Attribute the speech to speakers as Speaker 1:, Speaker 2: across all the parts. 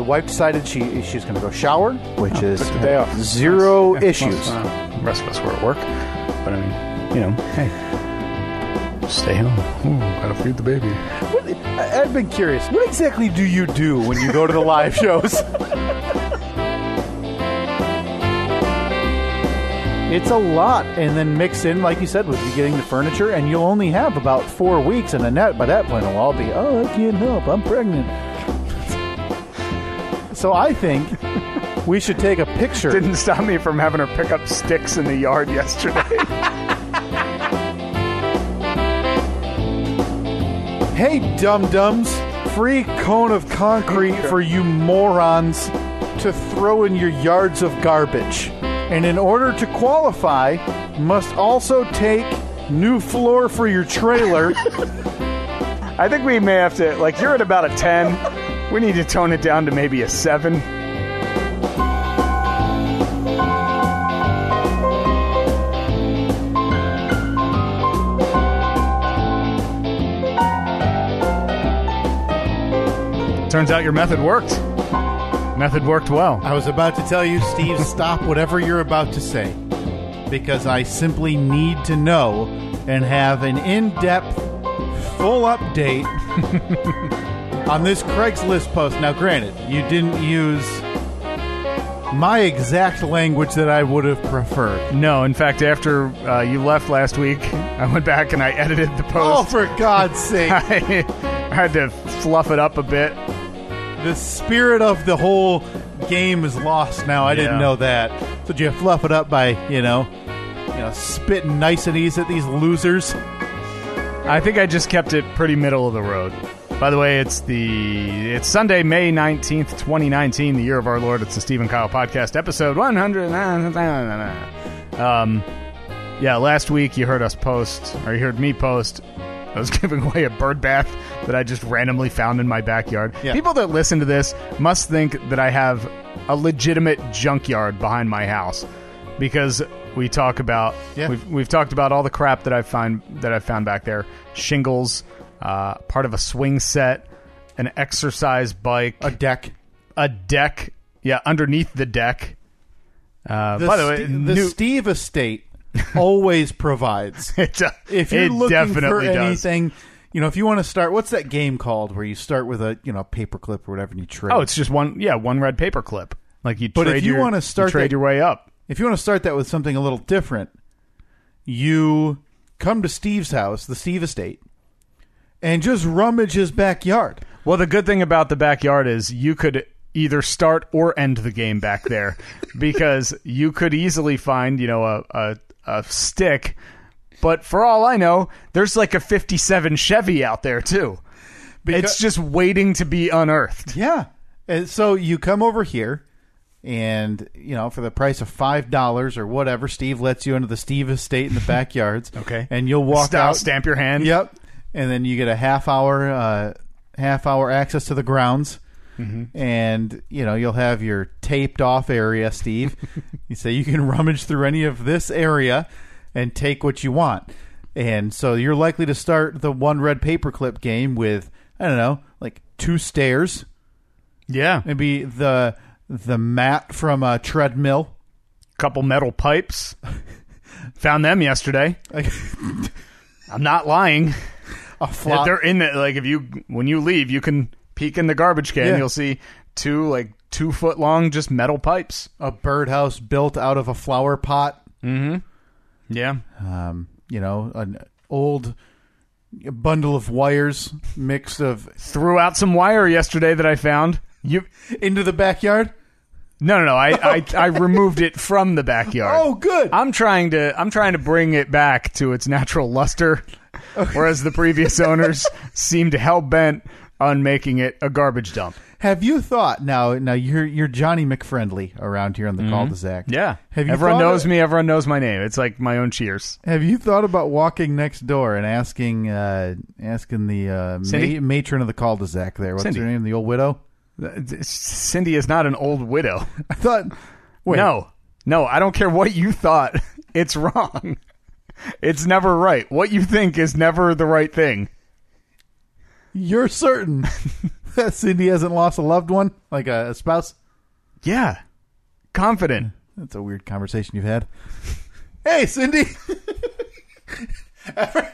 Speaker 1: wife decided she she's going to go shower, which is
Speaker 2: took Oh, the day off.
Speaker 1: zero
Speaker 2: That's-
Speaker 1: issues.
Speaker 2: Most, uh, rest of us were at work, but I mean, you know, hey, stay home. Ooh, gotta feed the baby.
Speaker 1: What- I- I've been curious. What exactly do you do when you go to the live shows? It's a lot, and then mix in, like you said, with you getting the furniture, and you'll only have about four weeks, and then that, by that point, it'll all be, oh, I can't help, I'm pregnant. So I think we should take a picture.
Speaker 2: Didn't stop me from having her pick up sticks in the yard yesterday.
Speaker 1: Hey, dum dums! Free cone of concrete for you morons to throw in your yards of garbage. And in order to qualify, must also take new floor for your trailer.
Speaker 2: I think we may have to like you're at about a ten. We need to tone it down to maybe a seven. Turns out your method worked. Method worked well.
Speaker 1: I was about to tell you, Steve, stop whatever you're about to say. Because I simply need to know and have an in depth, full update on this Craigslist post. Now, granted, you didn't use my exact language that I would have preferred.
Speaker 2: No, in fact, after uh, you left last week, I went back and I edited the
Speaker 1: Oh,
Speaker 2: post.
Speaker 1: for God's sake.
Speaker 2: I had to fluff it up a bit.
Speaker 1: the spirit of the whole game is lost now. I didn't
Speaker 2: Yeah.
Speaker 1: know that. So do you fluff it up by, you know, you know, spitting niceties at these losers?
Speaker 2: I think I just kept it pretty middle of the road. By the way, it's the it's Sunday, May nineteenth, twenty nineteen, the year of our Lord. It's the Stephen Kyle podcast, episode one hundred. Um, yeah, last week you heard us post, or you heard me post. I was giving away a bird bath that I just randomly found in my backyard.
Speaker 1: Yeah.
Speaker 2: People that listen to this must think that I have a legitimate junkyard behind my house because we talk about
Speaker 1: Yeah.
Speaker 2: we've, we've talked about all the crap that I find that I found back there shingles, uh, part of a swing set, an exercise bike,
Speaker 1: A deck.
Speaker 2: a deck, yeah, underneath the deck. Uh,
Speaker 1: The
Speaker 2: by the way,
Speaker 1: Ste- the
Speaker 2: new-
Speaker 1: Steve estate always provides.
Speaker 2: it, do-
Speaker 1: If you're
Speaker 2: it
Speaker 1: looking for
Speaker 2: definitely does.
Speaker 1: anything, you know, if you want to start, what's that game called where you start with a you know paperclip or whatever and you trade?
Speaker 2: Oh, it's just one, yeah, one red paper clip. Like you,
Speaker 1: But if
Speaker 2: trade
Speaker 1: you
Speaker 2: your-
Speaker 1: wanna start
Speaker 2: trade
Speaker 1: that-
Speaker 2: your way up.
Speaker 1: if you want to start that with something a little different, you come to Steve's house, the Steve estate, and just rummage his backyard.
Speaker 2: Well, the good thing about the backyard is you could either start or end the game back there because you could easily find, you know, a, a, a stick. But for all I know, there's like a 57 Chevy out there, too. it's just waiting to be unearthed.
Speaker 1: Yeah. And so you come over here, and you know for the price of five dollars or whatever, Steve lets you into the Steve estate in the backyards.
Speaker 2: Okay.
Speaker 1: and you'll walk
Speaker 2: Style,
Speaker 1: out.
Speaker 2: stamp your hand.
Speaker 1: Yep. And then you get a half hour, uh, half hour access to the grounds.
Speaker 2: Mm-hmm.
Speaker 1: And you know you'll have your taped off area, Steve. you say you can rummage through any of this area and take what you want. And so you're likely to start the one red paperclip game with I don't know, like two stairs,
Speaker 2: Yeah. A
Speaker 1: maybe the the mat from a treadmill.
Speaker 2: couple metal pipes. Found them yesterday.
Speaker 1: Like,
Speaker 2: I'm not lying.
Speaker 1: a flop.
Speaker 2: They're in the like if you when you leave, you can peek in the garbage can.
Speaker 1: Yeah.
Speaker 2: You'll see two like two foot long just metal pipes.
Speaker 1: a birdhouse built out of a flower pot.
Speaker 2: Yeah,
Speaker 1: um, you know, an old bundle of wires mixed of
Speaker 2: threw out some wire yesterday that I found. You
Speaker 1: into the backyard.
Speaker 2: no no no. I I, I removed it from the backyard.
Speaker 1: Oh, good.
Speaker 2: I'm trying to I'm trying to bring it back to its natural luster, whereas the previous owners seemed hell bent on making it a garbage dump.
Speaker 1: Have you thought now? Now you're you're Johnny McFriendly around here on the call to Zach. Have you
Speaker 2: Mm-hmm. everyone
Speaker 1: thought
Speaker 2: knows
Speaker 1: of-
Speaker 2: me. Everyone knows my name. It's like my own cheers.
Speaker 1: Have you thought about walking next door and asking uh, asking the uh,
Speaker 2: Cindy?
Speaker 1: ma- matron of the cul de sac there? What's
Speaker 2: Cindy.
Speaker 1: her name? The old widow.
Speaker 2: Cindy is not an old widow.
Speaker 1: I thought. Wait.
Speaker 2: No, no, I don't care what you thought. It's wrong. It's never right. What you think is never the right thing.
Speaker 1: You're certain Cindy hasn't lost a loved one, like a, a spouse.
Speaker 2: Yeah. Confident.
Speaker 1: That's a weird conversation you've had. Hey, Cindy. ever,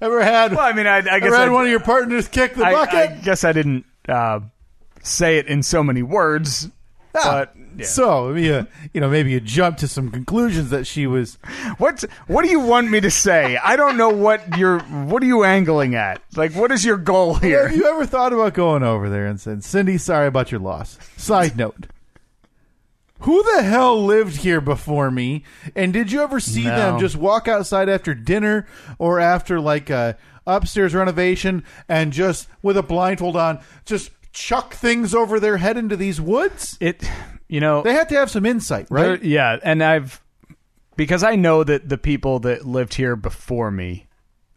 Speaker 1: ever had
Speaker 2: Well, I mean, I, I guess
Speaker 1: ever had
Speaker 2: I,
Speaker 1: one of your partners kick the
Speaker 2: I,
Speaker 1: bucket?
Speaker 2: I guess I didn't uh, say it in so many words, but yeah.
Speaker 1: Ah. So, I mean, uh, you know, maybe you jump to some conclusions that she was.
Speaker 2: What's what do you want me to say? I don't know what you're. What are you angling at? Like, what is your goal here?
Speaker 1: Have you ever thought about going over there and saying, Cindy, sorry about your loss? Side note. Who the hell lived here before me? And did you ever see
Speaker 2: No.
Speaker 1: them just walk outside after dinner or after like a upstairs renovation and just with a blindfold on, just chuck things over their head into these woods?
Speaker 2: It, you know,
Speaker 1: They had to have some insight, right?
Speaker 2: There- yeah, and I've because I know that the people that lived here before me,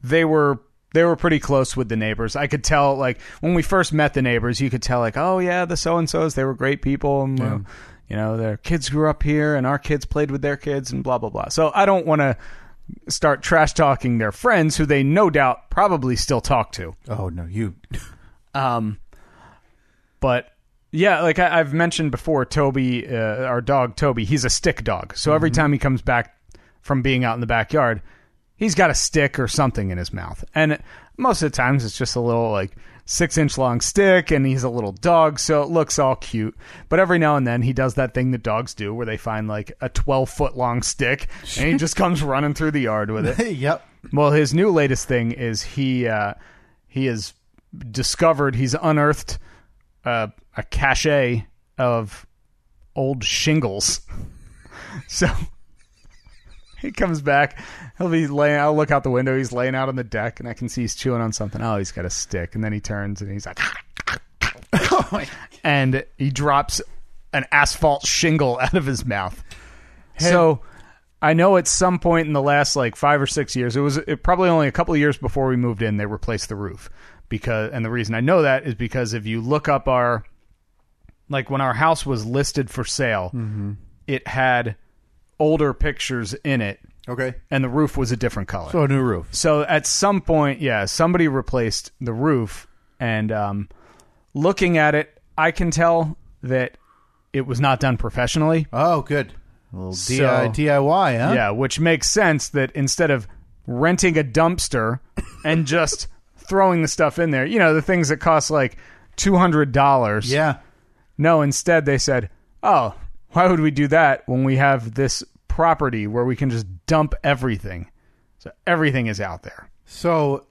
Speaker 2: they were they were pretty close with the neighbors. I could tell like when we first met the neighbors, you could tell like, oh yeah, the so and so's they were great people, and, uh, you know, their kids grew up here, and our kids played with their kids, and blah blah blah. So I don't want to start trash talking their friends who they no doubt probably still talk to.
Speaker 1: Oh, no, you.
Speaker 2: Um, but yeah, like I, I've mentioned before, Toby, uh, our dog Toby, he's a stick dog. So every time he comes back from being out in the backyard, he's got a stick or something in his mouth, and most of the times it's just a little like six inch long stick, and he's a little dog, so it looks all cute. But every now and then he does that thing that dogs do, where they find like a twelve foot long stick, and he just comes running through the yard with it.
Speaker 1: yep.
Speaker 2: Well, his new latest thing is he uh, he has discovered he's unearthed uh, a cache of old shingles. so he comes back. He'll be laying. I'll look out the window. He's laying out on the deck, and I can see he's chewing on something. Oh, he's got a stick, and then he turns and he's like, Oh, and he drops an asphalt shingle out of his mouth. So I know at some point in the last like five or six years, it was it probably only a couple of years before we moved in, they replaced the roof because, and the reason I know that is because if you look up our, like when our house was listed for sale, it had older pictures in it,
Speaker 1: Okay.
Speaker 2: and the roof was a different color.
Speaker 1: So, a new roof.
Speaker 2: So at some point, yeah, somebody replaced the roof, and um, looking at it, I can tell that it was not done professionally.
Speaker 1: Oh, good. A little
Speaker 2: So-
Speaker 1: DIY, DIY, huh?
Speaker 2: Yeah, which makes sense that instead of renting a dumpster and just throwing the stuff in there, you know, the things that cost like two hundred dollars.
Speaker 1: Yeah.
Speaker 2: No, instead they said, "Oh, why would we do that when we have this property where we can just dump everything?" So everything is out there.
Speaker 1: So,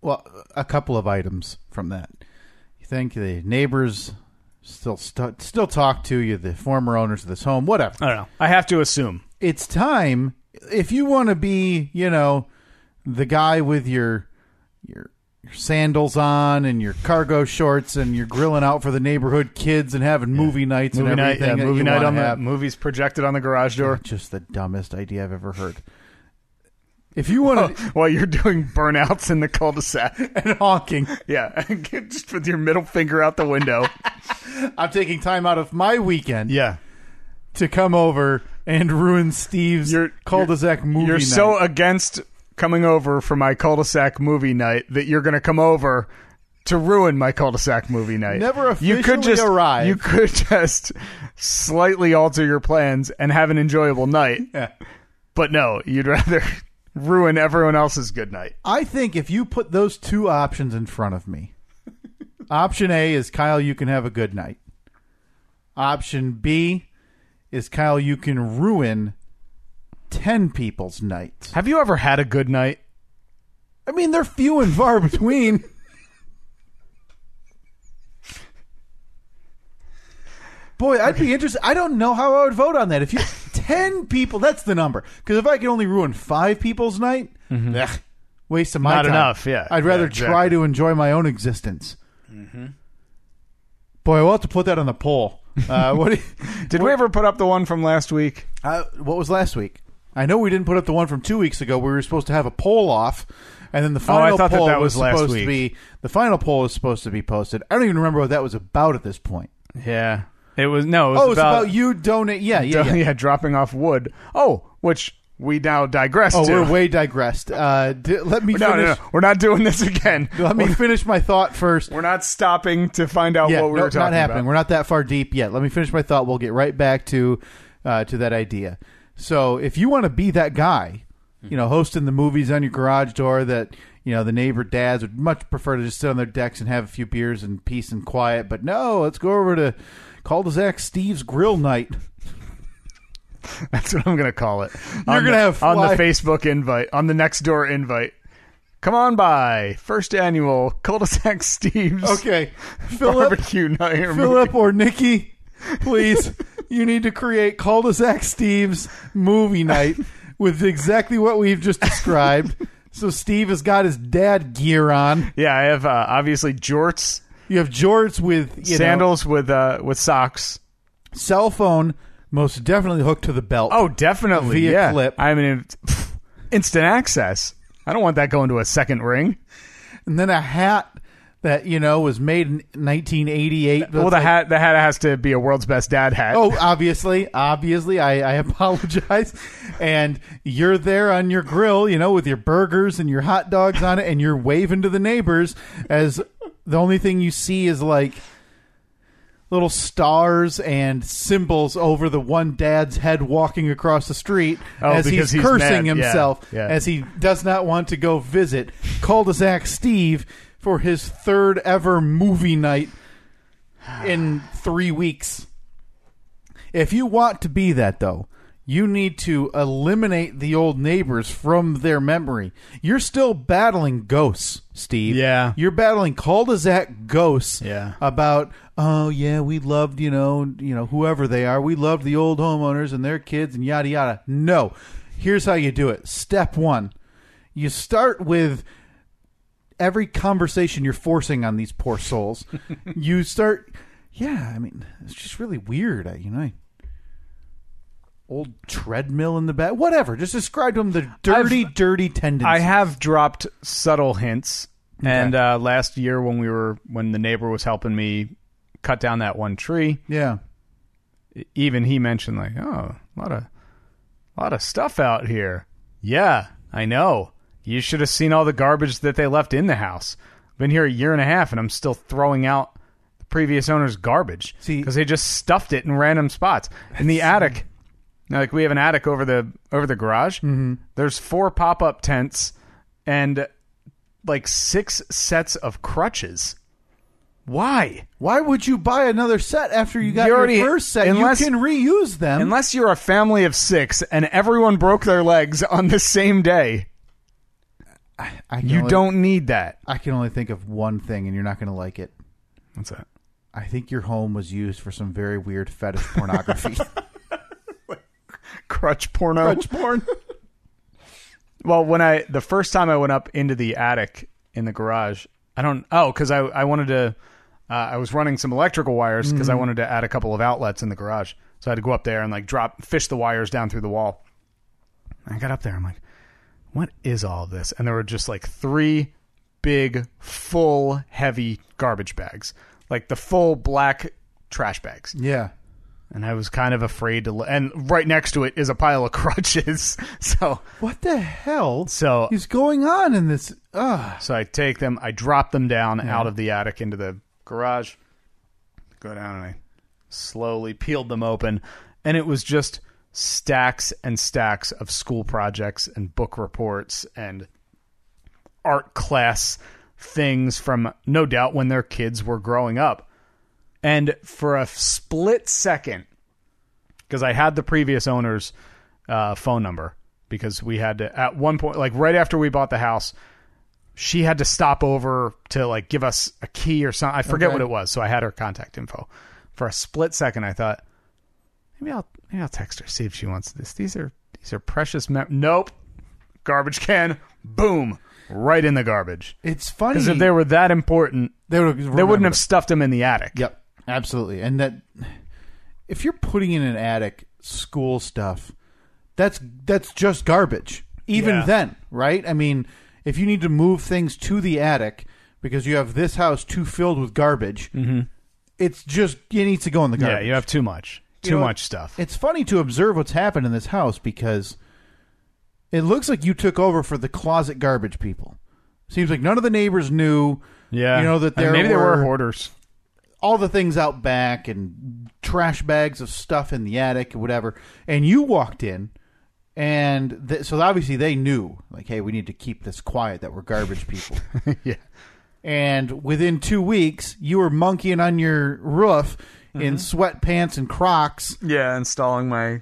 Speaker 1: well, a couple of items from that. You think the neighbors still stu still talk to you, the former owners of this home, whatever.
Speaker 2: I don't know. I have to assume.
Speaker 1: It's time if you want to be, you know, the guy with your your your sandals on and your cargo shorts and you're grilling out for the neighborhood kids and having movie nights
Speaker 2: movie
Speaker 1: and
Speaker 2: night,
Speaker 1: everything.
Speaker 2: yeah,
Speaker 1: that
Speaker 2: movie
Speaker 1: you
Speaker 2: night
Speaker 1: wanna
Speaker 2: on the
Speaker 1: have.
Speaker 2: movies projected on the garage door.
Speaker 1: Just the dumbest idea I've ever heard. If you want to
Speaker 2: While you're doing burnouts in the cul-de-sac, uh,
Speaker 1: and honking.
Speaker 2: yeah, just with your middle finger out the window.
Speaker 1: I'm taking time out of my weekend.
Speaker 2: Yeah,
Speaker 1: to come over and ruin Steve's
Speaker 2: You're-
Speaker 1: cul-de-sac movie
Speaker 2: you're
Speaker 1: night.
Speaker 2: so against coming over for my cul-de-sac movie night that you're going to come over to ruin my cul-de-sac movie night.
Speaker 1: Never
Speaker 2: you could
Speaker 1: officially
Speaker 2: just
Speaker 1: arrive.
Speaker 2: You could just slightly alter your plans and have an enjoyable night.
Speaker 1: Yeah.
Speaker 2: But no, you'd rather ruin everyone else's good night.
Speaker 1: I think if you put those two options in front of me, option A is Kyle, you can have a good night. Option B is Kyle, you can ruin ten people's nights.
Speaker 2: Have you ever had a good night?
Speaker 1: I mean, they're few and far between. Boy, I'd be interested. I don't know how I would vote on that. If you ten people, that's the number. Because if I could only ruin five people's night,
Speaker 2: Mm-hmm.
Speaker 1: ugh, waste of my
Speaker 2: Not
Speaker 1: time.
Speaker 2: enough, yeah.
Speaker 1: I'd rather
Speaker 2: Yeah, exactly.
Speaker 1: try to enjoy my own existence. Boy, we'll have to put that on the poll. Uh, what? do you-
Speaker 2: Did we ever put up the one from last week?
Speaker 1: uh, what was last week? I know we didn't put up the one from two weeks ago. We were supposed to have a poll off, and then the
Speaker 2: Oh, I
Speaker 1: final
Speaker 2: thought that
Speaker 1: poll
Speaker 2: that was last
Speaker 1: supposed to
Speaker 2: week.
Speaker 1: be the final poll was supposed to be posted. I don't even remember what that was about at this point.
Speaker 2: Yeah. It was no, it was
Speaker 1: Oh, it's
Speaker 2: about,
Speaker 1: about you donate. Yeah, yeah, yeah.
Speaker 2: yeah, dropping off wood. Oh, which we now digress
Speaker 1: Oh,
Speaker 2: to.
Speaker 1: we're way digressed. Uh, d- let me
Speaker 2: no, no,
Speaker 1: finish.
Speaker 2: no, we're not doing this again.
Speaker 1: Let me finish my thought first.
Speaker 2: We're not stopping to find out
Speaker 1: yeah,
Speaker 2: what we
Speaker 1: no,
Speaker 2: were
Speaker 1: not
Speaker 2: talking
Speaker 1: happening.
Speaker 2: about.
Speaker 1: We're not that far deep yet. Let me finish my thought. We'll get right back to uh, to that idea. So, if you want to be that guy, you know, hosting the movies on your garage door that you know the neighbor dads would much prefer to just sit on their decks and have a few beers in peace and quiet. But no, let's go over to Cul-de-sac Steve's Grill Night.
Speaker 2: That's what I'm going to call it.
Speaker 1: You're
Speaker 2: On
Speaker 1: gonna
Speaker 2: the-
Speaker 1: have
Speaker 2: on
Speaker 1: fly-
Speaker 2: the Facebook invite, on the next door invite. Come on by. First annual cul-de-sac Steve's
Speaker 1: Okay, Philip,
Speaker 2: barbecue night. or movie.
Speaker 1: Philip, or Nikki, please, you need to create cul-de-sac Steve's movie night with exactly what we've just described. so Steve has got his dad gear on.
Speaker 2: Yeah, I have uh, obviously jorts,
Speaker 1: You have jorts with you know,
Speaker 2: sandals with uh, with socks.
Speaker 1: cell phone, most definitely hooked to the belt.
Speaker 2: Oh, definitely.
Speaker 1: Via
Speaker 2: yeah.
Speaker 1: clip.
Speaker 2: I mean, pff, instant access. I don't want that going to a second ring.
Speaker 1: and then a hat that you know was made in 1988.
Speaker 2: well, the hat the hat has to be a world's best dad hat.
Speaker 1: Oh, obviously, obviously, I, I apologize. And you're there on your grill, you know, with your burgers and your hot dogs on it, and you're waving to the neighbors as the only thing you see is like little stars and symbols over the one dad's head walking across the street
Speaker 2: Oh,
Speaker 1: as
Speaker 2: because
Speaker 1: he's,
Speaker 2: he's
Speaker 1: cursing
Speaker 2: mad. Yeah,
Speaker 1: himself
Speaker 2: yeah.
Speaker 1: as he does not want to go visit cul-de-sac Steve for his third ever movie night in three weeks. If you want to be that, though, you need to eliminate the old neighbors from their memory. You're still battling ghosts, Steve.
Speaker 2: Yeah.
Speaker 1: You're battling cul-de-sac ghosts
Speaker 2: Yeah.
Speaker 1: about oh yeah, we loved, you know, you know, whoever they are. We loved the old homeowners and their kids and yada yada. No. Here's how you do it. Step 1. You start with every conversation you're forcing on these poor souls, you start. Yeah, I mean, it's just really weird. I, you know, I- old treadmill in the back, whatever. Just describe to them the dirty, dirty tendencies.
Speaker 2: I have dropped subtle hints, and
Speaker 1: Okay.
Speaker 2: uh, last year when we were when the neighbor was helping me cut down that one tree,
Speaker 1: yeah,
Speaker 2: even he mentioned like, oh, a lot of, lot of stuff out here. Yeah, I know. You should have seen all the garbage that they left in the house. Been here a year and a half, and I'm still throwing out the previous owner's garbage
Speaker 1: See-
Speaker 2: because they just stuffed it in random spots in the attic. Now, like we have an attic over the over the garage. Mm-hmm. There's four pop up tents and like six sets of crutches. Why?
Speaker 1: why would you buy another set after you got
Speaker 2: You
Speaker 1: your
Speaker 2: already-
Speaker 1: first set?
Speaker 2: unless-
Speaker 1: you can reuse them.
Speaker 2: Unless you're a family of six and everyone broke their legs on the same day,
Speaker 1: I can
Speaker 2: you
Speaker 1: only-
Speaker 2: don't need that.
Speaker 1: I can only think of one thing, and you're not going to like it.
Speaker 2: What's that?
Speaker 1: I think your home was used for some very weird fetish pornography.
Speaker 2: Crutch porno.
Speaker 1: porn.
Speaker 2: Well, when I the first time I went up into the attic in the garage, I don't oh because I I wanted to uh, I was running some electrical wires because I wanted to add a couple of outlets in the garage, so I had to go up there and like drop fish the wires down through the wall. I got up there, I'm like, what is all this? And there were just like three big full heavy garbage bags, like the full black trash bags
Speaker 1: Yeah.
Speaker 2: and I was kind of afraid to. Lo- and right next to it is a pile of crutches. So
Speaker 1: What the hell
Speaker 2: so
Speaker 1: is going on in this? Ugh.
Speaker 2: so I take them, I drop them down out of the attic into the garage, go down and I slowly peeled them open, and it was just stacks and stacks of school projects and book reports and art class things from no doubt when their kids were growing up. And for a split second, because I had the previous owner's uh, phone number, because we had to, at one point, like right after we bought the house, she had to stop over to like give us a key or something. I forget
Speaker 1: Okay.
Speaker 2: what it was. So I had her contact info. For a split second, I thought, maybe I'll maybe I'll text her see if she wants this. These are these are precious. Me- nope, garbage can. Boom, right in the garbage.
Speaker 1: It's funny.
Speaker 2: Because if they were that important,
Speaker 1: They would
Speaker 2: they wouldn't have stuffed them in the attic.
Speaker 1: Yep, absolutely. And that if you're putting in an attic school stuff, that's that's just garbage. Even
Speaker 2: Yeah.
Speaker 1: then, right? I mean, if you need to move things to the attic because you have this house too filled with garbage, it's just it needs to go in the
Speaker 2: Yeah,
Speaker 1: garbage.
Speaker 2: you have too much, too
Speaker 1: You know,
Speaker 2: much stuff.
Speaker 1: It's funny to observe what's happened in this house because It looks like you took over for the closet garbage people. Seems like none of the neighbors knew
Speaker 2: Yeah,
Speaker 1: You know that
Speaker 2: I
Speaker 1: there
Speaker 2: mean, maybe there
Speaker 1: were-
Speaker 2: were hoarders.
Speaker 1: all the things out back and trash bags of stuff in the attic and whatever. And you walked in, and th- so obviously they knew, like, hey, we need to keep this quiet that we're garbage people.
Speaker 2: yeah,
Speaker 1: and within two weeks, you were monkeying on your roof in sweatpants and Crocs,
Speaker 2: yeah, installing my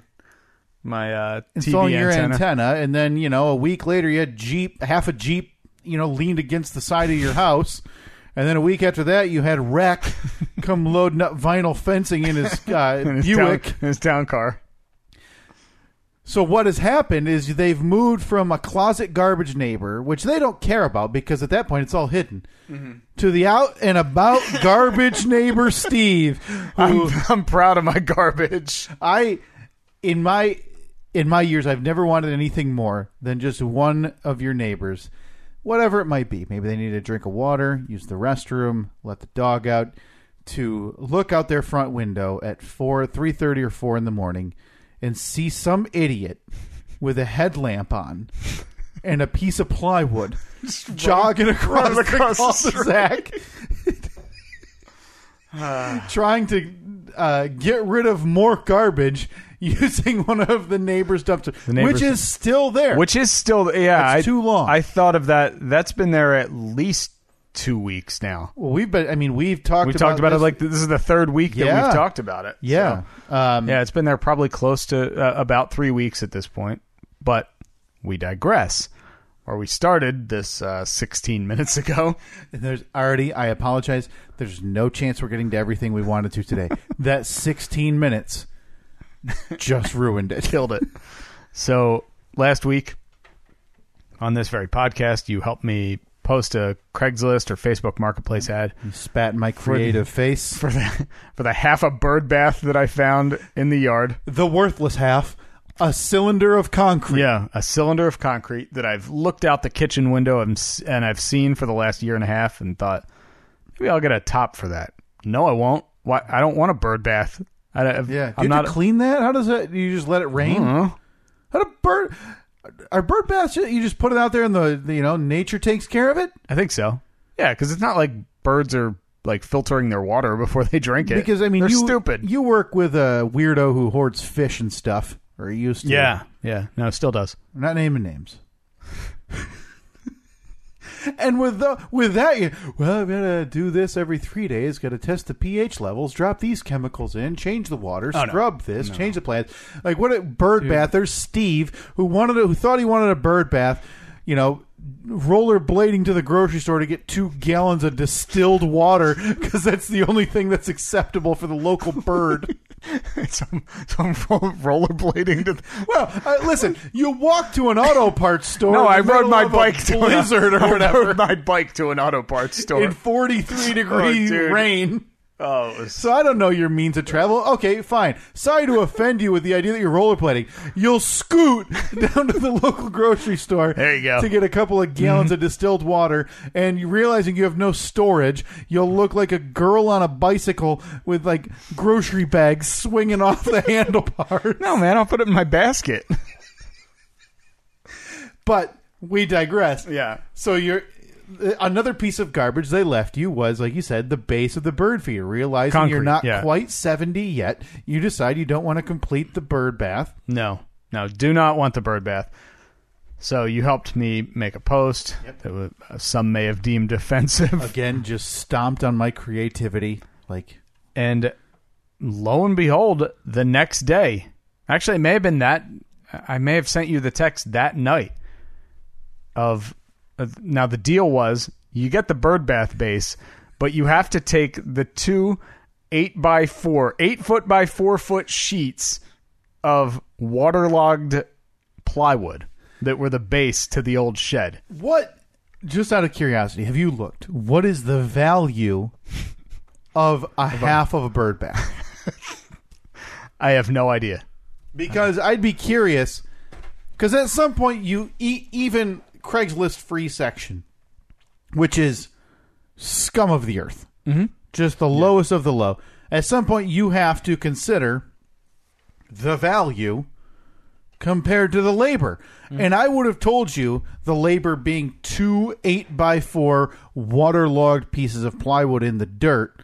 Speaker 2: my uh,
Speaker 1: installing your antenna. And then you know, a week later, you had Jeep, half a Jeep, you know, leaned against the side of your house. And then a week after that, you had Wreck come loading up vinyl fencing in his uh,
Speaker 2: his
Speaker 1: Buick.
Speaker 2: town, in his town car.
Speaker 1: So what has happened is they've moved from a closet garbage neighbor, which they don't care about because at that point it's all hidden, to the out and about garbage neighbor Steve, who
Speaker 2: I'm, I'm proud of my garbage.
Speaker 1: I in my in my years I've never wanted anything more than just one of your neighbors, whatever it might be. Maybe they need a drink of water, use the restroom, let the dog out, to look out their front window at four three thirty or four in the morning and see some idiot with a headlamp on and a piece of plywood jogging across,
Speaker 2: running across
Speaker 1: the
Speaker 2: the
Speaker 1: cul-de-sac trying to uh, get rid of more garbage using one of the neighbors' dumpsters,
Speaker 2: neighbor's-
Speaker 1: which is still there.
Speaker 2: Which is still yeah,
Speaker 1: That's
Speaker 2: I,
Speaker 1: too long.
Speaker 2: I thought of that. That's been there at least two weeks now.
Speaker 1: well, we've been. I mean, we've talked.
Speaker 2: We talked about it
Speaker 1: this-
Speaker 2: like this is the third week that
Speaker 1: Yeah.
Speaker 2: we've talked about it.
Speaker 1: yeah,
Speaker 2: So,
Speaker 1: um,
Speaker 2: yeah, it's been there probably close to uh, about three weeks at this point. But we digress. Or we started this uh, 16 minutes ago.
Speaker 1: There's already. I apologize. There's no chance we're getting to everything we wanted to today. that 16 minutes just ruined it.
Speaker 2: killed it. So last week on this very podcast, you helped me post a Craigslist or Facebook Marketplace ad
Speaker 1: Spat in my creative face.
Speaker 2: for the for the half a bird bath that I found in the yard.
Speaker 1: the worthless half, a cylinder of concrete.
Speaker 2: Yeah, a cylinder of concrete that I've looked out the kitchen window and, s- and I've seen for the last year and a half and thought maybe I'll get a top for that. No, I won't. Why? I don't want a bird bath. I, I've-
Speaker 1: Yeah, do
Speaker 2: I'm
Speaker 1: you have
Speaker 2: not.
Speaker 1: to clean that? How does that? You just let it rain?
Speaker 2: Mm.
Speaker 1: How do bird? Are bird baths? You just put it out there, and the the, you know nature takes care of it.
Speaker 2: I think so. Yeah, because it's not like birds are like filtering their water before they drink it.
Speaker 1: Because I mean,
Speaker 2: they're
Speaker 1: you,
Speaker 2: stupid.
Speaker 1: You work with a weirdo who hoards fish and stuff, or he used to.
Speaker 2: yeah, yeah. No, it still does.
Speaker 1: I'm not naming names. and with the with that, you, well, I'm gonna do this every three days. Got to test the pH levels, drop these chemicals in, change the water,
Speaker 2: Oh, no.
Speaker 1: scrub this, change the plants. Like what a bird bath. There's Steve who wanted, a, who thought he wanted a bird bath. You know, rollerblading to the grocery store to get two gallons of distilled water because that's the only thing that's acceptable for the local bird.
Speaker 2: so I'm, so I'm roll- rollerblading to. The-
Speaker 1: Well, uh, listen, you walk to an auto parts store.
Speaker 2: no,
Speaker 1: in the
Speaker 2: I rode
Speaker 1: middle
Speaker 2: my
Speaker 1: of a
Speaker 2: bike to
Speaker 1: blizzard
Speaker 2: an,
Speaker 1: or
Speaker 2: I
Speaker 1: whatever
Speaker 2: rode my bike to an auto parts store.
Speaker 1: in 43 degree
Speaker 2: Oh, dude.
Speaker 1: rain.
Speaker 2: oh, it was-
Speaker 1: So I don't know your means of travel. Okay, fine. Sorry to offend you with the idea that you're rollerblading. You'll scoot down to the local grocery store.
Speaker 2: There you go.
Speaker 1: To get a couple of gallons of distilled water, and you realizing you have no storage, you'll look like a girl on a bicycle with like grocery bags swinging off the handlebars.
Speaker 2: no, man, I'll put it in my basket.
Speaker 1: But we digress.
Speaker 2: yeah.
Speaker 1: So you're uh, another piece of garbage they left you was like you said the base of the bird feeder. Realizing you're
Speaker 2: Concrete,
Speaker 1: not
Speaker 2: yeah.
Speaker 1: quite seventy yet, you decide you don't want to complete the bird bath.
Speaker 2: No, no, do not want the bird bath. So you helped me make a post that was, uh, some may have deemed offensive.
Speaker 1: Again, just stomped on my creativity. Like
Speaker 2: And lo and behold, the next day, actually, it may have been that. I may have sent you the text that night. Of of- now, the deal was you get the bird bath base, but you have to take the two eight by four, eight foot by four foot sheets of waterlogged plywood that were the base to the old shed.
Speaker 1: what? Just out of curiosity, have you looked? What is the value of a half of a bird bath?
Speaker 2: I have no idea.
Speaker 1: because I'd be curious. Because at some point you eat even Craigslist free section, which is scum of the earth, mm-hmm. just the lowest of the low. At some point you have to consider the value compared to the labor. And I would have told you the labor being two eight by four waterlogged pieces of plywood in the dirt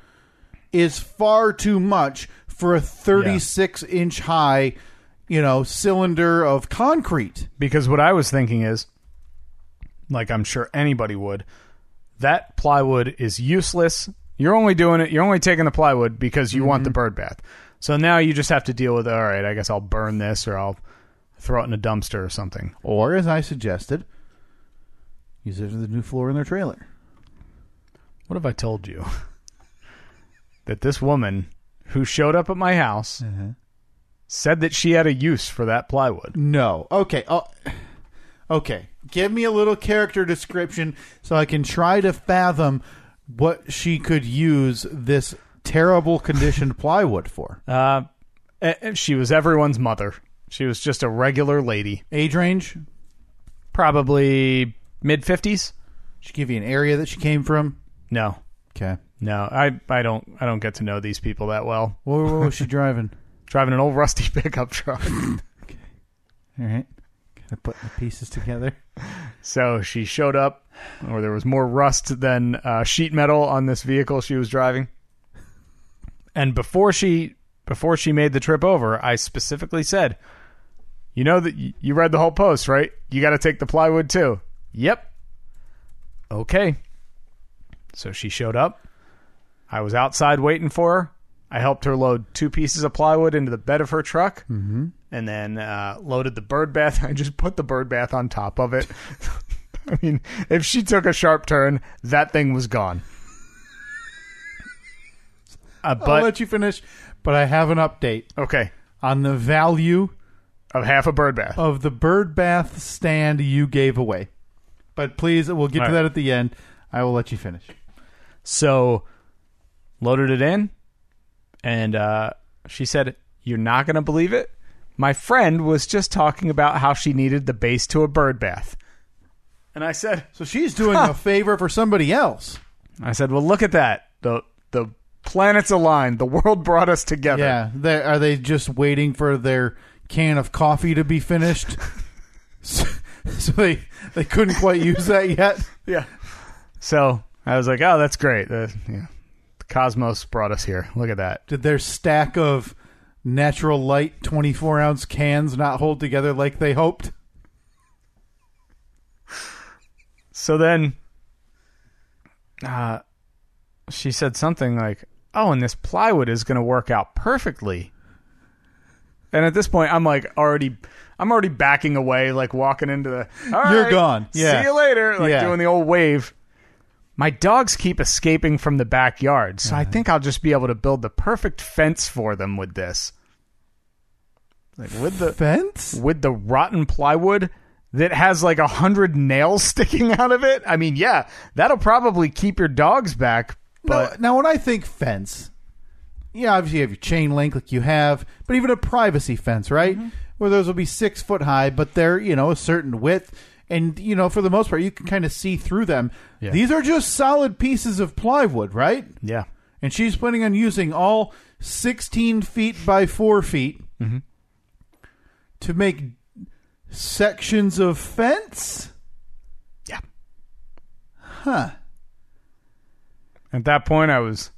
Speaker 1: is far too much for a 36 inch high, you know, cylinder of concrete.
Speaker 2: Because what I was thinking is, like I'm sure anybody would, that plywood is useless. You're only doing it, you're only taking the plywood because you want the bird bath. So now you just have to deal with, all right, I guess I'll burn this or I'll throw it in a dumpster or something.
Speaker 1: Or, as I suggested, use it as the new floor in their trailer.
Speaker 2: What have I told you? that this woman who showed up at my house said that she had a use for that plywood.
Speaker 1: No. Okay. Oh, okay. Give me a little character description so I can try to fathom what she could use this terrible conditioned plywood for.
Speaker 2: Uh, eh, eh, she was everyone's mother. She was just a regular lady,
Speaker 1: Age range?
Speaker 2: probably mid fifties.
Speaker 1: She give you an area that she came from.
Speaker 2: No,
Speaker 1: Okay.
Speaker 2: no, I, I don't, I don't get to know these people that well.
Speaker 1: What, what was she driving?
Speaker 2: Driving an old rusty pickup truck,
Speaker 1: All right. Gotta put the pieces together.
Speaker 2: so she showed up, or there was more rust than uh, sheet metal on this vehicle she was driving. And before she, before she made the trip over, I specifically said, "You know that y- you read the whole post, right? You got to take the plywood too." Yep. Okay. So she showed up. I was outside waiting for her. I helped her load two pieces of plywood into the bed of her truck and then uh, loaded the bird bath. I just put the bird bath on top of it. I mean, if she took a sharp turn, that thing was gone. Uh,
Speaker 1: I'll
Speaker 2: but,
Speaker 1: let you finish, but I have an update
Speaker 2: okay,
Speaker 1: on the value
Speaker 2: of half a bird bath.
Speaker 1: of the bird bath stand you gave away. But please, we'll get
Speaker 2: All
Speaker 1: to
Speaker 2: right.
Speaker 1: that at the end. I will let you finish.
Speaker 2: So loaded it in, and uh, she said, "You're not going to believe it. My friend was just talking about how she needed the base to a bird bath." And I said,
Speaker 1: So she's doing a favor for somebody else.
Speaker 2: "I said, well, look at that. the The planets aligned. The world brought us together."
Speaker 1: Yeah, they, are they just waiting for their can of coffee to be finished? so, so they they couldn't quite use that yet.
Speaker 2: Yeah. So I was like, "Oh, that's great. Uh, yeah. The cosmos brought us here. Look at that."
Speaker 1: Did their stack of natural light twenty four ounce cans not hold together like they hoped?
Speaker 2: So then, uh, she said something like, "Oh, and this plywood is going to work out perfectly." And at this point, I'm like already, I'm already backing away, like walking into the. "All
Speaker 1: You're
Speaker 2: right,
Speaker 1: gone. Yeah.
Speaker 2: See you later. Like
Speaker 1: Yeah.
Speaker 2: doing the old wave. My dogs keep escaping from the backyard, so I think I'll just be able to build the perfect fence for them with this. Like with the
Speaker 1: Fence?
Speaker 2: with the rotten plywood that has like a hundred nails sticking out of it. I mean, yeah, that'll probably keep your dogs back, but
Speaker 1: now, now, when I think fence, yeah, obviously you have your chain link like you have, but even a privacy fence, right?
Speaker 2: Mm-hmm.
Speaker 1: Where those will be six foot high, but they're you know a certain width, and you know for the most part you can kind of see through them.
Speaker 2: Yeah.
Speaker 1: These are just solid pieces of plywood, right?
Speaker 2: yeah,
Speaker 1: And she's planning on using all sixteen feet by four feet
Speaker 2: Mm-hmm.
Speaker 1: to make sections of fence.
Speaker 2: yeah.
Speaker 1: Huh.
Speaker 2: At that point, I was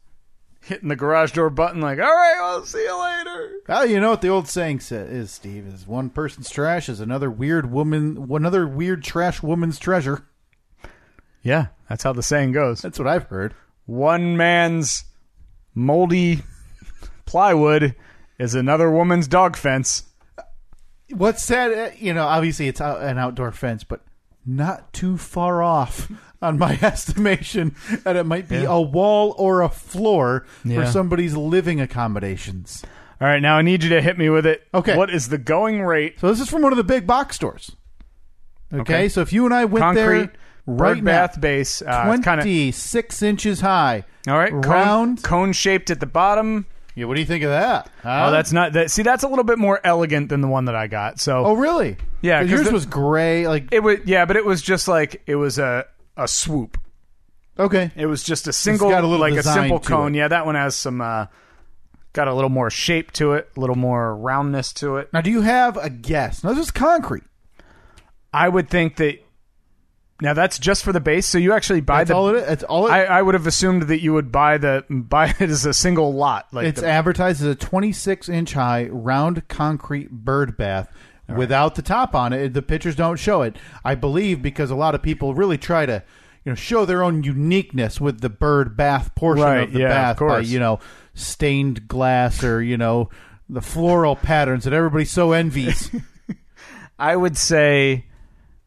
Speaker 2: hitting the garage door button, like, all right, I'll see you later.
Speaker 1: Well, you know what the old saying sa- is, Steve, is one person's trash is another weird woman, another weird trash woman's treasure.
Speaker 2: Yeah, that's how the saying goes.
Speaker 1: That's what I've heard.
Speaker 2: One man's moldy plywood is another woman's dog fence.
Speaker 1: What's sad, uh, you know, obviously it's out, an outdoor fence, but not too far off on my estimation that it might be a wall or a floor for
Speaker 2: Yeah.
Speaker 1: somebody's living accommodations.
Speaker 2: All right, now I need you to hit me with it.
Speaker 1: Okay.
Speaker 2: What is the going rate?
Speaker 1: So this is from one of the big box stores. Okay,
Speaker 2: Okay.
Speaker 1: so if you and I went
Speaker 2: Concrete,
Speaker 1: there
Speaker 2: bird
Speaker 1: right
Speaker 2: bath
Speaker 1: now,
Speaker 2: base, uh, kind of
Speaker 1: 26 inches high.
Speaker 2: All right,
Speaker 1: Round.
Speaker 2: cone shaped at the bottom.
Speaker 1: Yeah, what do you think of that? Huh?
Speaker 2: Oh, that's not that. See, that's a little bit more elegant than the one that I got. So
Speaker 1: Oh, really?
Speaker 2: Yeah,
Speaker 1: 'Cause
Speaker 2: 'cause
Speaker 1: yours
Speaker 2: the-
Speaker 1: was gray. Like,
Speaker 2: it was yeah, but it was just like it was a a swoop.
Speaker 1: okay,
Speaker 2: It was just a single,
Speaker 1: got a little
Speaker 2: like a
Speaker 1: design
Speaker 2: simple
Speaker 1: to
Speaker 2: cone.
Speaker 1: it.
Speaker 2: Yeah, that one has some uh, Got a little more shape to it, a little more roundness to it.
Speaker 1: Now, do you have a guess? Now, this is concrete.
Speaker 2: I would think that. Now that's just for the base. So you actually buy
Speaker 1: That's
Speaker 2: the.
Speaker 1: all it is. That's all it,
Speaker 2: I, I would have assumed that you would buy the buy it as a single lot. Like
Speaker 1: it's
Speaker 2: the-
Speaker 1: advertised as a 26 inch high round concrete bird bath without the top on it. The pictures don't show it, I believe, because a lot of people really try to, you know, show their own uniqueness with the bird bath portion
Speaker 2: Right,
Speaker 1: of the
Speaker 2: yeah, of
Speaker 1: bath by
Speaker 2: course.
Speaker 1: you know stained glass or you know the floral patterns that everybody so envies.
Speaker 2: I would say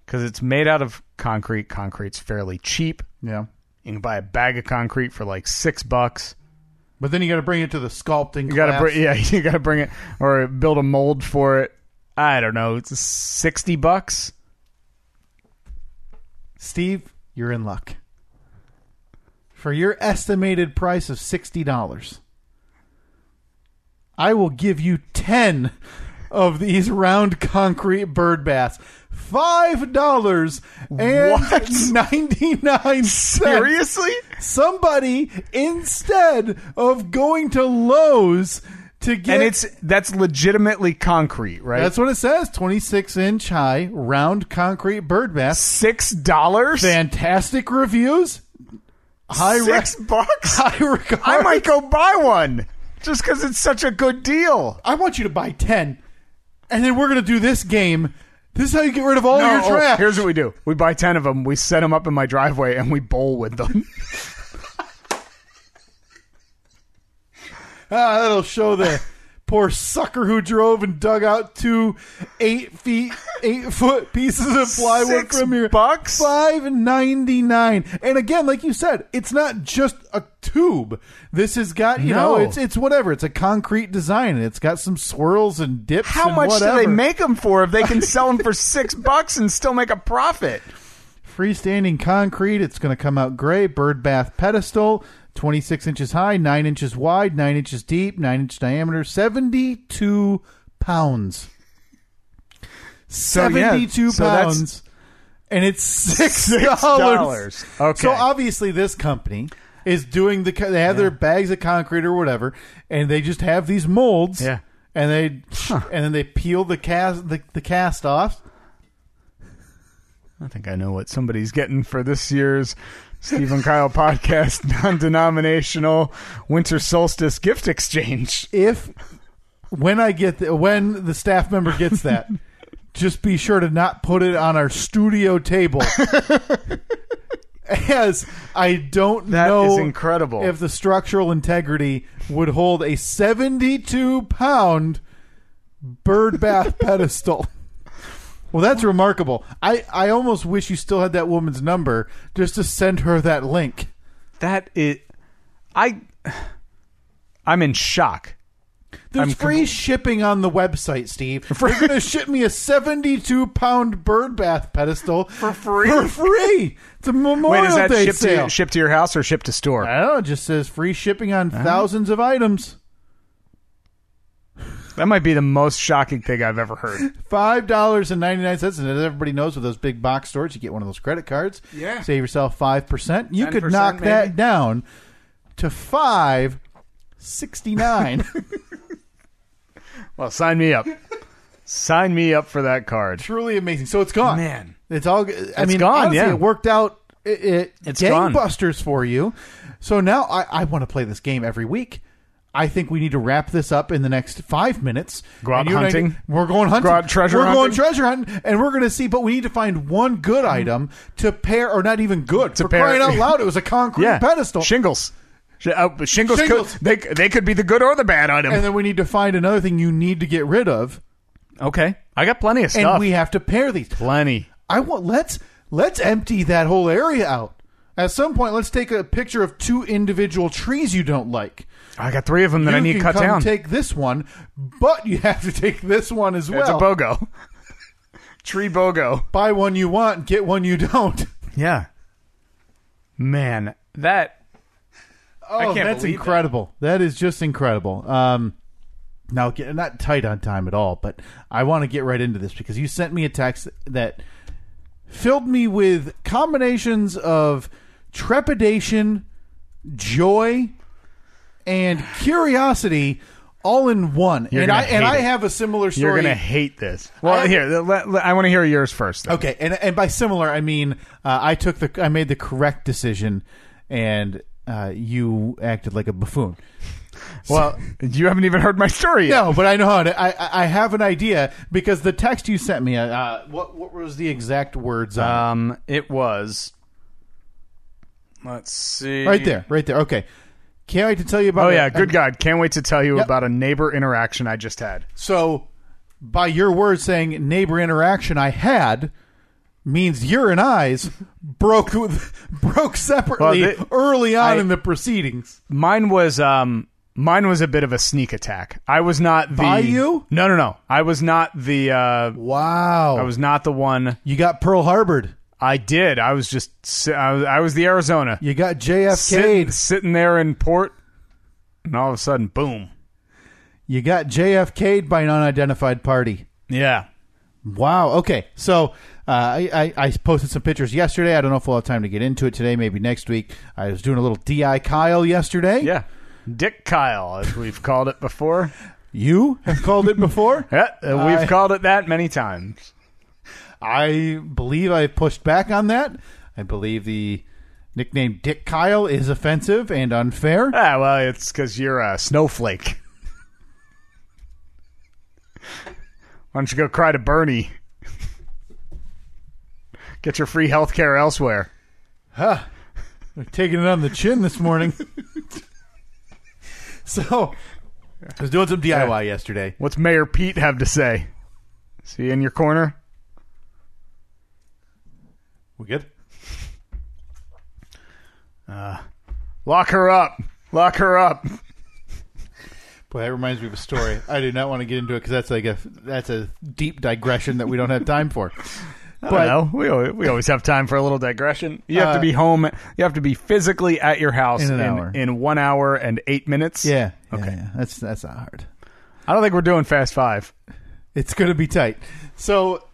Speaker 2: because it's made out of concrete. Concrete's fairly cheap.
Speaker 1: yeah.
Speaker 2: You can buy a bag of concrete for like six bucks.
Speaker 1: But then you got to bring it to the sculpting.
Speaker 2: You gotta
Speaker 1: class.
Speaker 2: bring, yeah, you gotta bring it or build a mold for it. I don't know, it's sixty bucks.
Speaker 1: Steve, you're in luck. For your estimated price of $60, I will give you 10 of these round concrete bird baths. Five dollars
Speaker 2: What?
Speaker 1: and ninety nine cents.
Speaker 2: Seriously?
Speaker 1: Somebody instead of going to Lowe's to get
Speaker 2: And it's that's legitimately concrete, right?
Speaker 1: that's what it says twenty six inch high round concrete bird bath.
Speaker 2: six dollars.
Speaker 1: Fantastic reviews. High re-
Speaker 2: Six bucks.
Speaker 1: I regard.
Speaker 2: I might go buy one just because it's such a good deal.
Speaker 1: I want you to buy ten, and then we're gonna do this game. This is how you get rid of all your
Speaker 2: No,
Speaker 1: Oh,
Speaker 2: oh,
Speaker 1: trash.
Speaker 2: here's what we do: we buy ten of them, we set them up in my driveway, and we bowl with them.
Speaker 1: ah, that'll show the poor sucker who drove and dug out two eight feet, eight foot pieces of plywood
Speaker 2: Six
Speaker 1: from your
Speaker 2: bucks.
Speaker 1: Five ninety nine, and again, like you said, it's not just a tube. This has got you know,
Speaker 2: No.
Speaker 1: it's it's whatever. It's a concrete design, and it's got some swirls and dips.
Speaker 2: How
Speaker 1: and
Speaker 2: much
Speaker 1: whatever.
Speaker 2: do they make them for if they can sell them for six bucks and still make a profit?
Speaker 1: freestanding concrete. It's going to come out gray. Bird bath pedestal, 26 inches high, 9 inches wide, 9 inches deep, 9 inch diameter, 72 pounds.
Speaker 2: So, yeah,
Speaker 1: 72
Speaker 2: so that's-
Speaker 1: pounds. And it's $6.
Speaker 2: Six dollars. Okay.
Speaker 1: So obviously, this company is doing the, co- they have their bags of concrete or whatever, and they just have these molds.
Speaker 2: Yeah.
Speaker 1: And they, and then they peel the cast, the, the cast off.
Speaker 2: I think I know what somebody's getting for this year's Steve and Kyle podcast non denominational winter solstice gift exchange.
Speaker 1: if when I get the, when the staff member gets that, just be sure to not put it on our studio table. As I don't
Speaker 2: That is
Speaker 1: know
Speaker 2: incredible.
Speaker 1: if the structural integrity would hold a 72 pound bird bath pedestal. Well, that's remarkable. I, I almost wish you still had that woman's number just to send her that link.
Speaker 2: that is I I'm in shock.
Speaker 1: There's
Speaker 2: I'm
Speaker 1: free shipping on the website, Steve. They're going to ship me a 72 pound bird bath pedestal for
Speaker 2: free?
Speaker 1: For free. It's a Memorial
Speaker 2: Wait, is that
Speaker 1: Day
Speaker 2: shipped
Speaker 1: sale.
Speaker 2: to, shipped to your house or shipped to store?
Speaker 1: I don't know. It just says free shipping on thousands of items.
Speaker 2: That might be the most shocking thing I've ever heard.
Speaker 1: Five dollars and ninety nine cents, and as everybody knows, with those big box stores, you get one of those credit cards.
Speaker 2: Yeah.
Speaker 1: save yourself five percent. You could
Speaker 2: 10%
Speaker 1: knock that
Speaker 2: maybe.
Speaker 1: down to five sixty nine.
Speaker 2: Well, sign me up. sign me up for that card.
Speaker 1: Truly amazing. So it's gone.
Speaker 2: Man.
Speaker 1: It's all. I mean,
Speaker 2: gone,
Speaker 1: honestly,
Speaker 2: yeah.
Speaker 1: it worked out. It, it
Speaker 2: It's gone.
Speaker 1: gangbusters for you. So now I, I want to play this game every week. I think we need to wrap this up in the next five minutes.
Speaker 2: Go out
Speaker 1: And you and I-
Speaker 2: hunting?
Speaker 1: we're going hunting.
Speaker 2: out treasure
Speaker 1: We're going
Speaker 2: hunting? Mm-hmm.
Speaker 1: treasure hunting, and we're going to see. But we need to find one good item to pair, or not even good. To for
Speaker 2: pair-
Speaker 1: crying out loud, it was a concrete
Speaker 2: Yeah.
Speaker 1: pedestal.
Speaker 2: Shingles. Sh- uh, but shingles,
Speaker 1: Shingles.
Speaker 2: Could, they they could be the good or the bad item.
Speaker 1: and then we need to find another thing you need to get rid of,
Speaker 2: okay. I got plenty of
Speaker 1: and
Speaker 2: stuff.
Speaker 1: we have to pair these.
Speaker 2: plenty.
Speaker 1: I want let's let's empty that whole area out. At some point, let's take a picture of two individual trees you don't like.
Speaker 2: I got three of them that
Speaker 1: you
Speaker 2: I need
Speaker 1: can
Speaker 2: cut
Speaker 1: come
Speaker 2: down.
Speaker 1: Take this one, but you have to take this one as
Speaker 2: It's
Speaker 1: well.
Speaker 2: a bogo. Tree bogo.
Speaker 1: Buy one you want, get one you don't.
Speaker 2: Yeah. Man, that
Speaker 1: Oh,
Speaker 2: can't
Speaker 1: that's
Speaker 2: believe
Speaker 1: incredible. that is just incredible. Um, now, get- not tight on time at all, but I want to get right into this because you sent me a text that filled me with combinations of trepidation, joy, and curiosity all in one.
Speaker 2: You're
Speaker 1: and
Speaker 2: gonna
Speaker 1: I and
Speaker 2: hate
Speaker 1: I
Speaker 2: it.
Speaker 1: have a similar story.
Speaker 2: You're gonna hate this. Well,
Speaker 1: I-
Speaker 2: here, let- let- I want to hear yours first. though.
Speaker 1: Okay, and and by similar I mean uh, I took the I made the correct decision, and uh, you acted like a buffoon.
Speaker 2: Well, you haven't even heard my story yet.
Speaker 1: No, but I know how to. I I- I have an idea because the text you sent me. Uh, what what was the exact words? On it?
Speaker 2: Um, it was. Let's see.
Speaker 1: right there, right there. Okay, can't wait to tell you about.
Speaker 2: Oh
Speaker 1: it. Uh,
Speaker 2: yeah, good God! Can't wait to tell you
Speaker 1: Yep.
Speaker 2: about a neighbor interaction I just had.
Speaker 1: So, by your words saying neighbor interaction I had means your and I's broke broke separately
Speaker 2: Well, the-
Speaker 1: early on
Speaker 2: I-
Speaker 1: in the proceedings.
Speaker 2: Mine was um, mine was a bit of a sneak attack. I was not the
Speaker 1: By you?
Speaker 2: No, no, no. I was not the. Uh,
Speaker 1: Wow,
Speaker 2: I was not the one.
Speaker 1: you got Pearl Harbored.
Speaker 2: I did. I was just. si- I was, I was the Arizona.
Speaker 1: You got
Speaker 2: Sit-
Speaker 1: JFK. 'd.
Speaker 2: sitting there in port, and all of a sudden, boom.
Speaker 1: You got JFK'd by an unidentified party.
Speaker 2: Yeah.
Speaker 1: Wow. Okay. So uh, I, I I posted some pictures yesterday. I don't know if we'll have time to get into it today. Maybe next week. I was doing a little di Kyle yesterday.
Speaker 2: Yeah. Dick Kyle, as we've called it before.
Speaker 1: You have called it before.
Speaker 2: Yeah, uh, we've
Speaker 1: I-
Speaker 2: called it that many times.
Speaker 1: I believe I pushed back on that. I believe the nickname Dick Kyle is offensive and unfair.
Speaker 2: Ah, well, it's because you're a snowflake. Why don't you go cry to Bernie? Get your free health care elsewhere.
Speaker 1: We're taking it on the chin this morning. so I was doing some DIY yesterday.
Speaker 2: What's Mayor Pete have to say? See in your corner?
Speaker 1: We good?
Speaker 2: Lock her up. Lock her up.
Speaker 1: Boy, that reminds me of a story. I do not want to get into it because that's like a that's a deep digression that we don't have time for.
Speaker 2: I don't know. We, al- we always have time for a little digression. You have to
Speaker 1: Uh,
Speaker 2: be home. You have to be physically at your house
Speaker 1: In an
Speaker 2: in,
Speaker 1: hour.
Speaker 2: in one hour and eight minutes.
Speaker 1: Yeah.
Speaker 2: Okay.
Speaker 1: okay. That's that's not hard.
Speaker 2: I don't think we're doing fast five.
Speaker 1: It's going to be tight. So,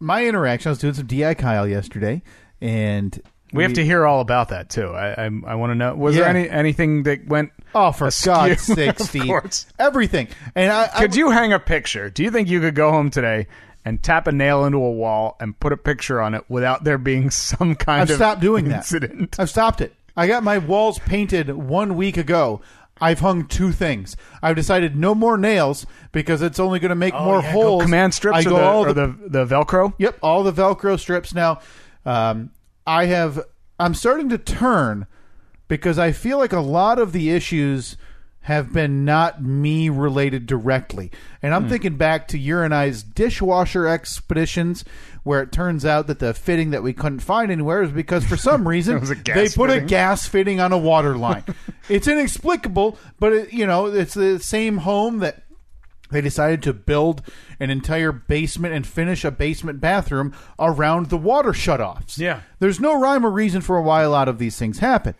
Speaker 1: my interaction, I was doing some DI Kyle yesterday, and
Speaker 2: We have to hear all about that too. I I, I want to know. Was there
Speaker 1: Yeah.
Speaker 2: any anything that went?
Speaker 1: Oh, for
Speaker 2: Askew,
Speaker 1: God's sake,
Speaker 2: of
Speaker 1: Steve!
Speaker 2: course.
Speaker 1: Everything, and I, I
Speaker 2: Could you hang a picture? Do you think you could go home today and tap a nail into a wall and put a picture on it without there being some kind
Speaker 1: I've
Speaker 2: of
Speaker 1: stopped doing that.
Speaker 2: incident?
Speaker 1: I've stopped it. I got my walls painted one week ago. I've hung two things. I've decided no more nails because it's only going to make more
Speaker 2: Oh, Yeah, go
Speaker 1: holes.
Speaker 2: command strips
Speaker 1: I
Speaker 2: or,
Speaker 1: go
Speaker 2: the,
Speaker 1: all
Speaker 2: or the the Velcro.
Speaker 1: Yep, all the Velcro strips. Now, um, I have. I'm starting to turn because I feel like a lot of the issues have been not me related directly, and
Speaker 2: Hmm.
Speaker 1: I'm thinking back to urinized dishwasher expeditions where it turns out that the fitting that we couldn't find anywhere is because for some reason
Speaker 2: was a gas
Speaker 1: they put
Speaker 2: fitting.
Speaker 1: a gas fitting on a water line. it's inexplicable, but it, you know it's the same home that they decided to build an entire basement and finish a basement bathroom around the water shutoffs.
Speaker 2: Yeah.
Speaker 1: There's no rhyme or reason for why a lot of these things happen.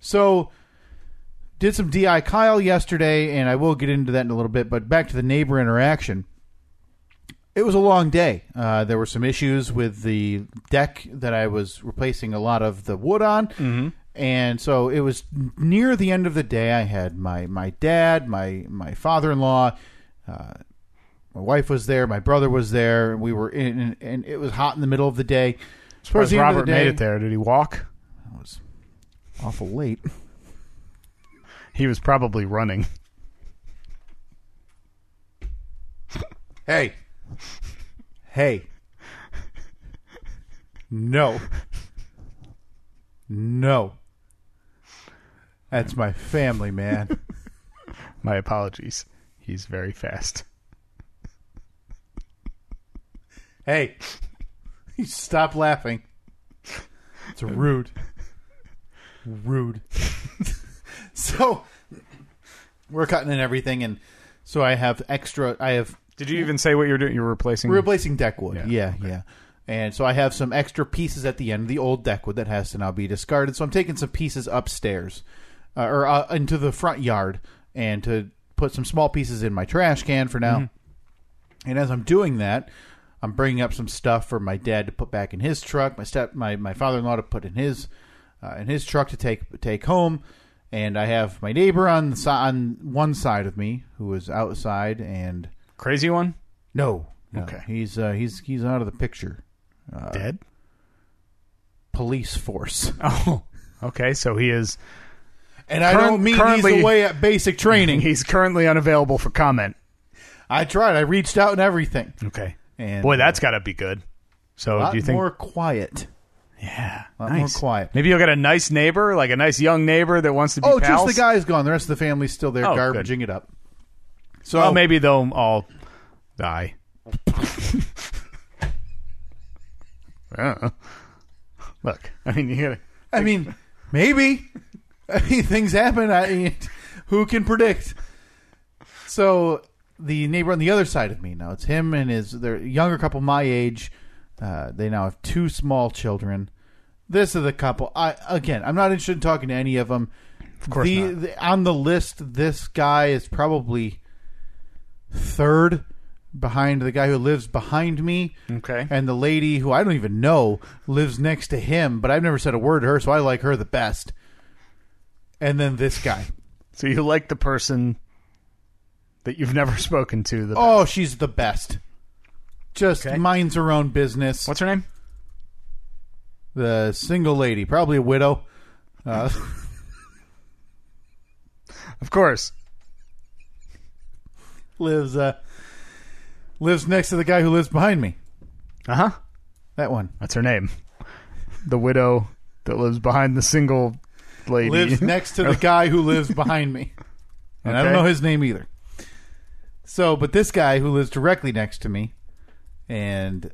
Speaker 1: So did some DI Kyle yesterday, and I will get into that in a little bit, but back to the neighbor interaction. It was a long day. Uh, there were some issues with the deck that I was replacing a lot of the wood on. Mm-hmm. And so it was near the end of the day. I had my, my dad, my, my father in law, my wife was there, my brother was there, we were in, and, and it was hot in the middle of the day. Towards
Speaker 2: Because
Speaker 1: the end
Speaker 2: Robert
Speaker 1: of the day,
Speaker 2: made it there. Did he walk?
Speaker 1: It was awful late.
Speaker 2: He was probably running.
Speaker 1: Hey, hey, no, no, that's my family, man.
Speaker 2: My apologies. He's very fast.
Speaker 1: Hey, stop laughing. It's rude. Rude. so we're cutting in everything, and so I have extra. I have
Speaker 2: Did you even say what you're doing? You were replacing.
Speaker 1: we're replacing deck wood.
Speaker 2: Yeah,
Speaker 1: Yeah, yeah. And so I have some extra pieces at the end of the old deck wood that has to now be discarded. So I'm taking some pieces upstairs uh, or uh, into the front yard and to put some small pieces in my trash can for now. And as I'm doing that, I'm bringing up some stuff for my dad to put back in his truck, my step, my, my father-in-law to put in his uh, in his truck to take take home, and I have my neighbor on the, si- on one side of me who is outside, and
Speaker 2: Crazy one?
Speaker 1: no, no
Speaker 2: Okay.
Speaker 1: he's uh, he's he's out of the picture. Uh,
Speaker 2: Dead?
Speaker 1: Police force,
Speaker 2: Oh. Okay, so he is
Speaker 1: and I
Speaker 2: Current-
Speaker 1: don't mean
Speaker 2: currently-
Speaker 1: he's away at basic training.
Speaker 2: he's currently unavailable for comment.
Speaker 1: I tried. I reached out and everything.
Speaker 2: Okay.
Speaker 1: And
Speaker 2: Boy, that's got to be good. So,
Speaker 1: a lot
Speaker 2: do you think
Speaker 1: more quiet.
Speaker 2: Yeah.
Speaker 1: lot more
Speaker 2: nice.
Speaker 1: quiet.
Speaker 2: Maybe you'll get a nice neighbor, like a nice young neighbor that wants to be
Speaker 1: Oh,
Speaker 2: pals.
Speaker 1: just the guy's gone. The rest of the family's still there,
Speaker 2: Oh, good.
Speaker 1: garbaging it up. So
Speaker 2: Well, maybe they'll all die. I don't know. Look, I mean, you gotta,
Speaker 1: I mean, maybe. I mean, things happen. I mean, who can predict? So the neighbor on the other side of me now, it's him and his their younger couple my age. Uh, they now have two small children. This is the couple. I again, I'm not interested in talking to any of them. Of
Speaker 2: course
Speaker 1: the,
Speaker 2: not.
Speaker 1: the- on the list, this guy is probably third behind the guy who lives behind me
Speaker 2: okay.
Speaker 1: and the lady who I don't even know lives next to him, but I've never said a word to her, so I like her the best. And then this guy.
Speaker 2: So you like the person that you've never spoken to. The
Speaker 1: Oh, she's the best. Just
Speaker 2: Okay.
Speaker 1: minds her own business.
Speaker 2: what's her name?
Speaker 1: The single lady, probably a widow. Uh,
Speaker 2: Of course.
Speaker 1: lives uh, lives next to the guy who lives behind me.
Speaker 2: Uh
Speaker 1: Uh-huh.
Speaker 2: huh.
Speaker 1: That one.
Speaker 2: That's her name. The widow that lives behind the single lady.
Speaker 1: lives next to the guy who lives behind me. And I
Speaker 2: Okay.
Speaker 1: don't know his name either. So, but this guy who lives directly next to me, and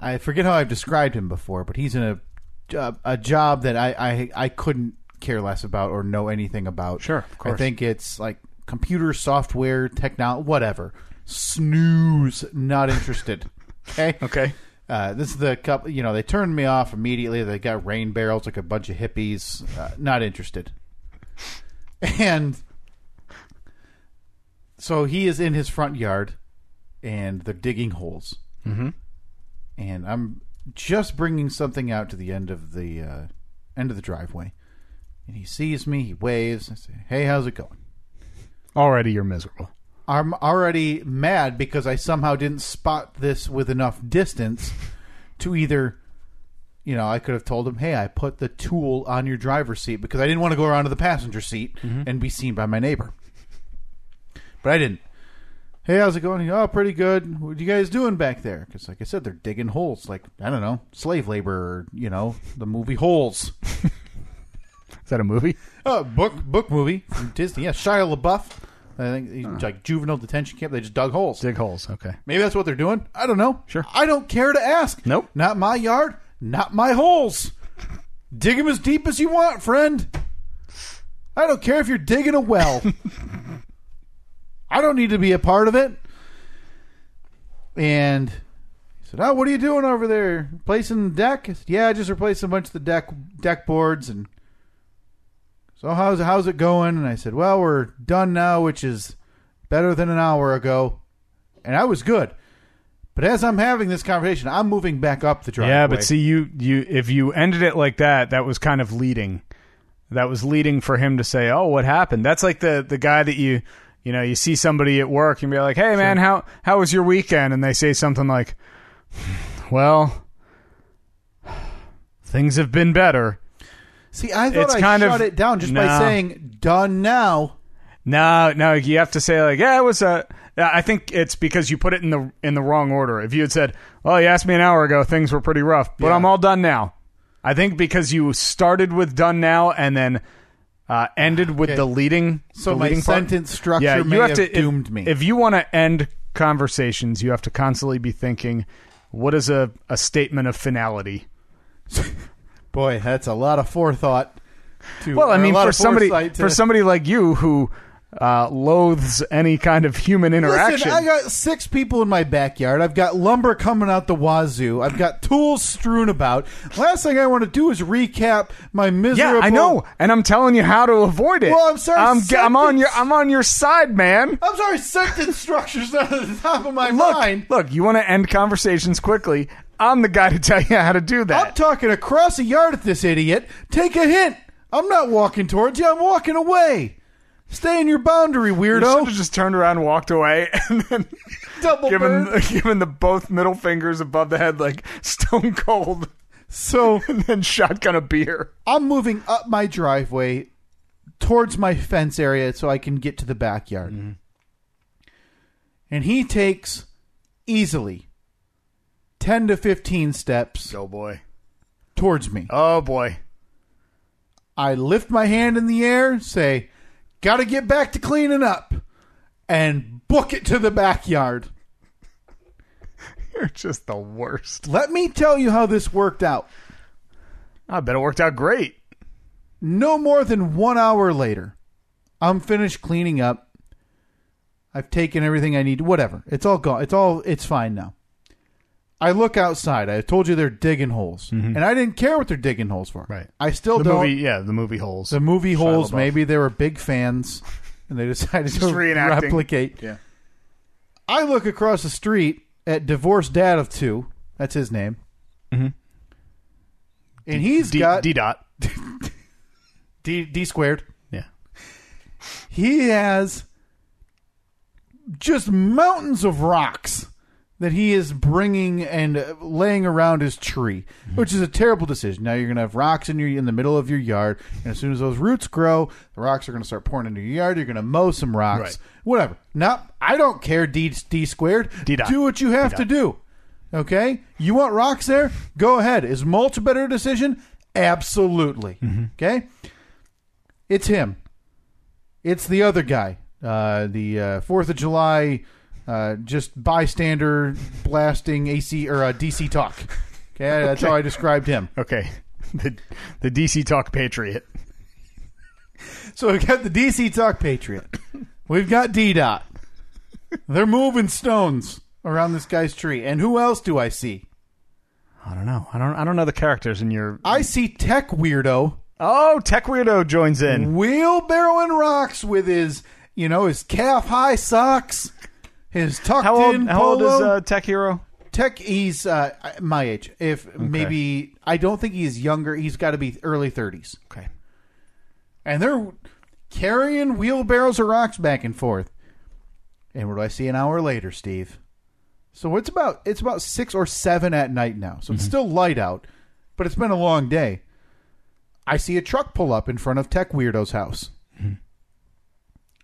Speaker 1: I forget how I've described him before, but he's in a job, a job that I, I I couldn't care less about or know anything about.
Speaker 2: Sure, of
Speaker 1: I
Speaker 2: course.
Speaker 1: think it's like computer software, technology, whatever. Snooze, not interested. okay.
Speaker 2: Okay.
Speaker 1: Uh, this is the couple. You know, they turned me off immediately. They got rain barrels like a bunch of hippies. Uh, not interested. And so he is in his front yard, and they're digging holes. Mm-hmm. And I'm just bringing something out to the end of the uh, end of the driveway, and he sees me. He waves. I say, "Hey, how's it going?"
Speaker 2: Already you're miserable.
Speaker 1: I'm already mad because I somehow didn't spot this with enough distance to either, you know, I could have told him, hey, I put the tool on your driver's seat because I didn't want to go around to the passenger seat and be seen by my neighbor. But I didn't. Hey, how's it going? He, Oh, pretty good. What you guys doing back there? Because, like I said, they're digging holes. Like, I don't know, slave labor, or, you know, the movie Holes.
Speaker 2: Is that a movie?
Speaker 1: Uh, book book movie from Disney. Yeah, Shia LaBeouf. I think he's like juvenile detention camp. They just dug holes.
Speaker 2: Dig holes. Okay.
Speaker 1: Maybe that's what they're doing. I don't know.
Speaker 2: Sure.
Speaker 1: I don't care to ask.
Speaker 2: Nope.
Speaker 1: Not my yard. Not my holes. Dig them as deep as you want, friend. I don't care if you're digging a well. I don't need to be a part of it. And he said, "Oh, what are you doing over there? Replacing the deck?" I said, "Yeah, I just replaced a bunch of the deck deck boards." And so, how's how's it going? And I said, "Well, we're done now, which is better than an hour ago." And I was good. But as I'm having this conversation, I'm moving back up the driveway.
Speaker 2: Yeah, but see, you you if you ended it like that, that was kind of leading. That was leading for him to say, "Oh, what happened?" That's like the the guy that you you know you see somebody at work and be like, "Hey, man, how how was your weekend?" And they say something like, "Well, things have been better."
Speaker 1: See, I thought
Speaker 2: It's
Speaker 1: I
Speaker 2: kind of-
Speaker 1: shut it down just
Speaker 2: No.
Speaker 1: by saying "done now."
Speaker 2: No, no, you have to say like, "Yeah, it was a." I think it's because you put it in the in the wrong order. If you had said, "Well, you asked me an hour ago, things were pretty rough, but
Speaker 1: Yeah.
Speaker 2: I'm all done now," I think because you started with "done now" and then uh, ended with
Speaker 1: Okay.
Speaker 2: the leading.
Speaker 1: So
Speaker 2: the
Speaker 1: my
Speaker 2: leading part.
Speaker 1: sentence structure
Speaker 2: yeah,
Speaker 1: may
Speaker 2: you have,
Speaker 1: have,
Speaker 2: to if-
Speaker 1: doomed me.
Speaker 2: If you want to end conversations, you have to constantly be thinking, "What is a a statement of finality?"
Speaker 1: Boy, that's a lot of forethought. To,
Speaker 2: Well, I
Speaker 1: or a
Speaker 2: mean,
Speaker 1: lot
Speaker 2: for
Speaker 1: of
Speaker 2: somebody
Speaker 1: foresight to-
Speaker 2: for somebody like you who uh, loathes any kind of human interaction.
Speaker 1: Listen, I got six people in my backyard. I've got lumber coming out the wazoo. I've got tools strewn about. Last thing I want to do is recap my miserable.
Speaker 2: Yeah, I know, and I'm telling you how to avoid it.
Speaker 1: Well, I'm sorry,
Speaker 2: I'm, I'm on
Speaker 1: sentence-
Speaker 2: your I'm on your side, man.
Speaker 1: I'm sorry, sentence structure's not at the top of my
Speaker 2: Look,
Speaker 1: mind.
Speaker 2: look, you want to end conversations quickly? I'm the guy to tell you how to do
Speaker 1: I'm
Speaker 2: that.
Speaker 1: talking across the yard at this idiot. Take a hint. I'm not walking towards you. I'm walking away. Stay in your boundary,
Speaker 2: You should
Speaker 1: weirdo.
Speaker 2: have just turned around, walked away, and then
Speaker 1: Double
Speaker 2: given
Speaker 1: bird.
Speaker 2: given the both middle fingers above the head like stone cold,
Speaker 1: So
Speaker 2: and then shotgun a beer.
Speaker 1: I'm moving up my driveway towards my fence area so I can get to the backyard. And he takes easily 10 to 15 steps
Speaker 2: Oh boy!
Speaker 1: towards me.
Speaker 2: Oh boy!
Speaker 1: I lift my hand in the air, say, Gotta get back to cleaning up, and book it to the backyard.
Speaker 2: You're just the worst.
Speaker 1: Let me tell you how this worked out.
Speaker 2: I bet it worked out great.
Speaker 1: No more than one hour later, I'm finished cleaning up. I've taken everything I need. Whatever. It's all gone. It's all. It's fine now. I look outside. I told you they're digging holes, and I didn't care what they're digging holes for.
Speaker 2: Mm-hmm. Right.
Speaker 1: I still
Speaker 2: The
Speaker 1: don't.
Speaker 2: movie, yeah, the movie holes.
Speaker 1: the movie holes.
Speaker 2: LaBeouf.
Speaker 1: Maybe they were big fans, and they decided to
Speaker 2: reenacting.
Speaker 1: replicate.
Speaker 2: Yeah.
Speaker 1: I look across the street at divorced dad of two. That's his name. Mm-hmm. And he's
Speaker 2: D,
Speaker 1: got
Speaker 2: D dot.
Speaker 1: D, D squared.
Speaker 2: Yeah.
Speaker 1: he has just mountains of rocks that he is bringing and uh, laying around his tree, which is a terrible decision. Now you're going to have rocks in your in the middle of your yard, and as soon as those roots grow, the rocks are going to start pouring into your yard. You're going to mow some rocks,
Speaker 2: Right.
Speaker 1: whatever. Now I don't care. D D squared.
Speaker 2: D dot.
Speaker 1: Do what you have to do. Okay, you want rocks there? Go ahead. Is mulch a better decision? Absolutely.
Speaker 2: Mm-hmm.
Speaker 1: Okay, it's him. It's the other guy, uh, the Fourth of July, uh, just bystander blasting AC or uh, DC talk. Okay, that's how I described him.
Speaker 2: Okay. The the DC Talk Patriot.
Speaker 1: So we've got the DC talk patriot. We've got D dot. They're moving stones around this guy's tree, and who else do I see?
Speaker 2: I don't know. I don't. I don't know the characters in your.
Speaker 1: I see Tech Weirdo
Speaker 2: Oh, Tech Weirdo joins in.
Speaker 1: wheelbarrowing rocks with his, you know, his calf high socks, his tucked
Speaker 2: How old?
Speaker 1: in
Speaker 2: How old
Speaker 1: polo.
Speaker 2: is uh, Tech Hero?
Speaker 1: Tech, he's uh, my age. If maybe I don't think he's younger. He's got to be early thirties,
Speaker 2: Okay.
Speaker 1: and they're carrying wheelbarrows of rocks back and forth. And what do I see an hour later, Steve? So it's about it's about six or seven at night now. So
Speaker 2: Mm-hmm.
Speaker 1: it's still light out, but it's been a long day. I see a truck pull up in front of Tech Weirdo's house,
Speaker 2: Mm-hmm.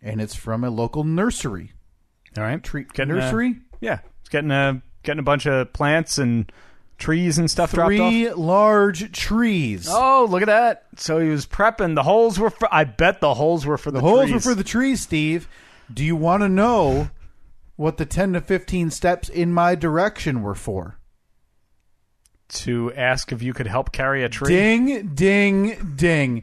Speaker 1: and it's from a local nursery.
Speaker 2: All right.
Speaker 1: Tree
Speaker 2: Getting, uh,
Speaker 1: nursery.
Speaker 2: Yeah, it's getting a getting a bunch of plants and trees and stuff dropped off.
Speaker 1: Three large trees.
Speaker 2: Oh, look at that! So he was prepping. The holes were for. I bet the holes were for the,
Speaker 1: The holes
Speaker 2: trees.
Speaker 1: were for the trees, Steve. Do you want to know what the 10 to 15 steps in my direction were for?
Speaker 2: to ask if you could help carry a tree.
Speaker 1: Ding, ding, ding.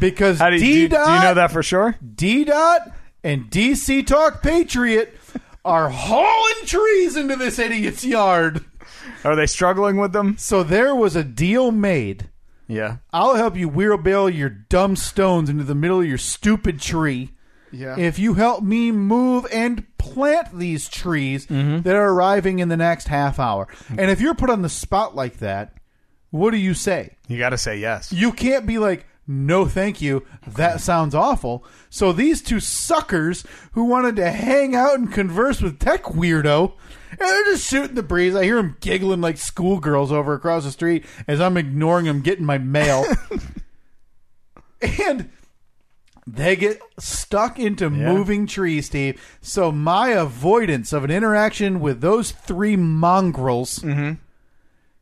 Speaker 1: Because
Speaker 2: How do you,
Speaker 1: D
Speaker 2: do, do you
Speaker 1: dot,
Speaker 2: know that for sure?
Speaker 1: D dot, and DC Talk Patriot are hauling trees into this idiot's yard.
Speaker 2: Are they struggling with them?
Speaker 1: So there was a deal made.
Speaker 2: Yeah,
Speaker 1: I'll help you wheelbarrow your dumb stones into the middle of your stupid tree.
Speaker 2: yeah.
Speaker 1: if you help me move and plant these trees
Speaker 2: Mm-hmm.
Speaker 1: that are arriving in the next half hour. And if you're put on the spot like that, what do you say?
Speaker 2: you got to say yes.
Speaker 1: You can't be like, no, thank you. That sounds awful. So these two suckers who wanted to hang out and converse with Tech Weirdo, and they're just shooting the breeze. I hear them giggling like schoolgirls over across the street as I'm ignoring them getting my mail. and they get stuck into moving trees, Steve. So my avoidance of an interaction with those three mongrels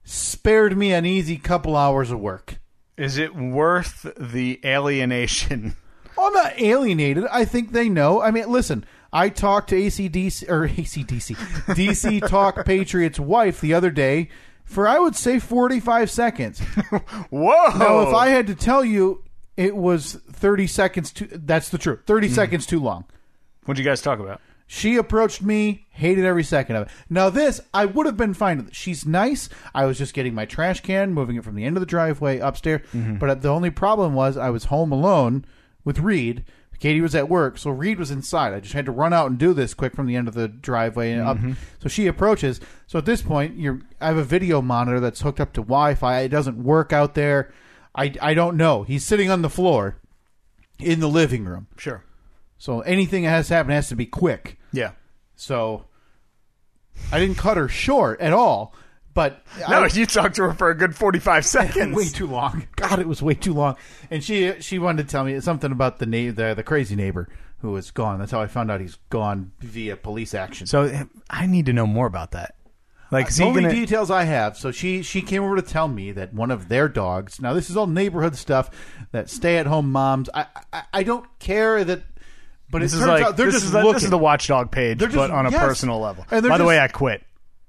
Speaker 1: spared me an easy couple hours of work.
Speaker 2: Is it worth the alienation?
Speaker 1: Well, I'm not alienated. I think they know. I mean, listen, I talked to ACDC or ACDC, DC Talk Patriots wife the other day for I would say 45 seconds.
Speaker 2: Whoa!
Speaker 1: Now, if I had to tell you, it was 30 seconds too. That's the truth. 30 seconds too long.
Speaker 2: What'd you guys talk about?
Speaker 1: She approached me, hated every second of it. Now this, I would have been fine with. She's nice. I was just getting my trash can, moving it from the end of the driveway upstairs. But the only problem was I was home alone with Reed. Katie was at work, so Reed was inside. I just had to run out and do this quick from the end of the driveway and up. So she approaches. So at this point, you're I have a video monitor that's hooked up to Wi-Fi. It doesn't work out there. I, I don't know. He's sitting on the floor in the living room.
Speaker 2: Sure.
Speaker 1: So anything that has to happen has to be quick.
Speaker 2: Yeah.
Speaker 1: So I didn't cut her short at all, but
Speaker 2: No,
Speaker 1: I,
Speaker 2: you talked to her for a good 45 seconds.
Speaker 1: way too long. God, it was way too long. And she she wanted to tell me something about the na- the, the crazy neighbor who is gone. That's how I found out he's gone via police action.
Speaker 2: So I need to know more about that. Like, is
Speaker 1: the
Speaker 2: he
Speaker 1: only
Speaker 2: gonna,
Speaker 1: details I have. So she she came over to tell me that one of their dogs. Now this is all neighborhood stuff. That stay at home moms. I, I I don't care that. But
Speaker 2: this
Speaker 1: it
Speaker 2: is
Speaker 1: turns
Speaker 2: like
Speaker 1: out they're
Speaker 2: this,
Speaker 1: just
Speaker 2: is the,
Speaker 1: looking.
Speaker 2: this is the watchdog page,
Speaker 1: They're just-
Speaker 2: but on a
Speaker 1: yes.
Speaker 2: personal level. By
Speaker 1: And they're
Speaker 2: the
Speaker 1: just-
Speaker 2: way, I quit.